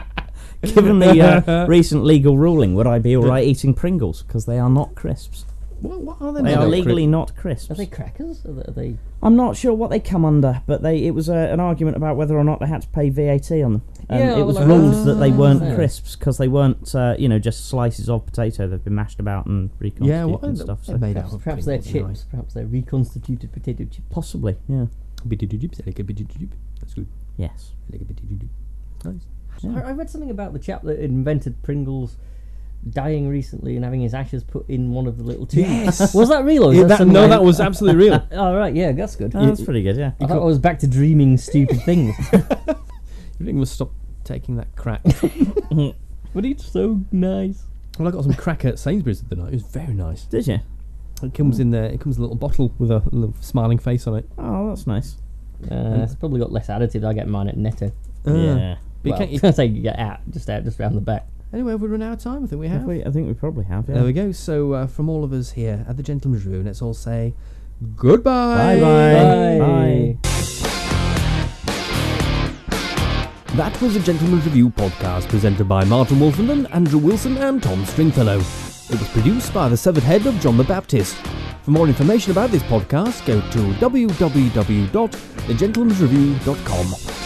S6: given the uh, recent legal ruling, would I be all right eating Pringles because they are not crisps?
S2: What, what are they?
S6: They
S2: now?
S6: are
S2: They're
S6: legally not crisps.
S7: Are they crackers? Are they, are they
S6: I'm not sure what they come under, but they it was uh, an argument about whether or not they had to pay VAT on them, and
S7: Yeah,
S6: it was
S7: well, I-
S6: ruled that they weren't
S7: Ah.
S6: crisps because they weren't uh, you know just slices of potato they've been mashed about and reconstituted
S2: Yeah, what are
S6: and
S2: they-
S6: stuff.
S2: they're
S6: So
S2: made
S7: perhaps,
S2: out of
S7: perhaps they're
S2: Pringles, aren't
S7: chips, perhaps they're reconstituted potato chips.
S6: possibly, yeah,
S2: they? Bidididip, they like a bidididip. That's good.
S6: yes.
S2: They like a bidididip. Nice.
S7: I, I read something about the chap that invented Pringles dying recently and having his ashes put in one of the little tubes.
S2: Yes.
S7: Was that real? Or was
S2: Yeah,
S7: that
S2: that-
S7: some
S2: no,
S7: like-
S2: that was absolutely real.
S7: Oh, right, yeah, that's good.
S6: Oh, that's pretty good, yeah.
S7: I thought I was back to dreaming stupid things.
S2: Everything must stop taking that crack.
S7: but it's so nice.
S2: well, I got some crack at Sainsbury's the other night. It was very nice.
S6: Did you?
S2: It comes in there. It comes in a little bottle with a little smiling face on it.
S6: Oh, that's nice.
S7: Uh, it's probably got less additive. I get mine at Netto.
S2: Ah.
S6: yeah.
S2: But you
S7: Well,
S2: can't- you-
S7: I say you get out, just out, just round the back.
S2: anyway, have we run out of time? I think we
S6: Have
S2: have.
S6: we? I think we probably have. Yeah.
S2: There we go. So uh, from all of us here at the Gentleman's Room, let's all say goodbye.
S6: Bye-bye. Bye.
S14: That was a Gentleman's Review podcast presented by Martin Wolfenden, Andrew Wilson, and Tom Stringfellow. It was produced by the severed head of John the Baptist. For more information about this podcast, go to www.thegentleman'sreview.com.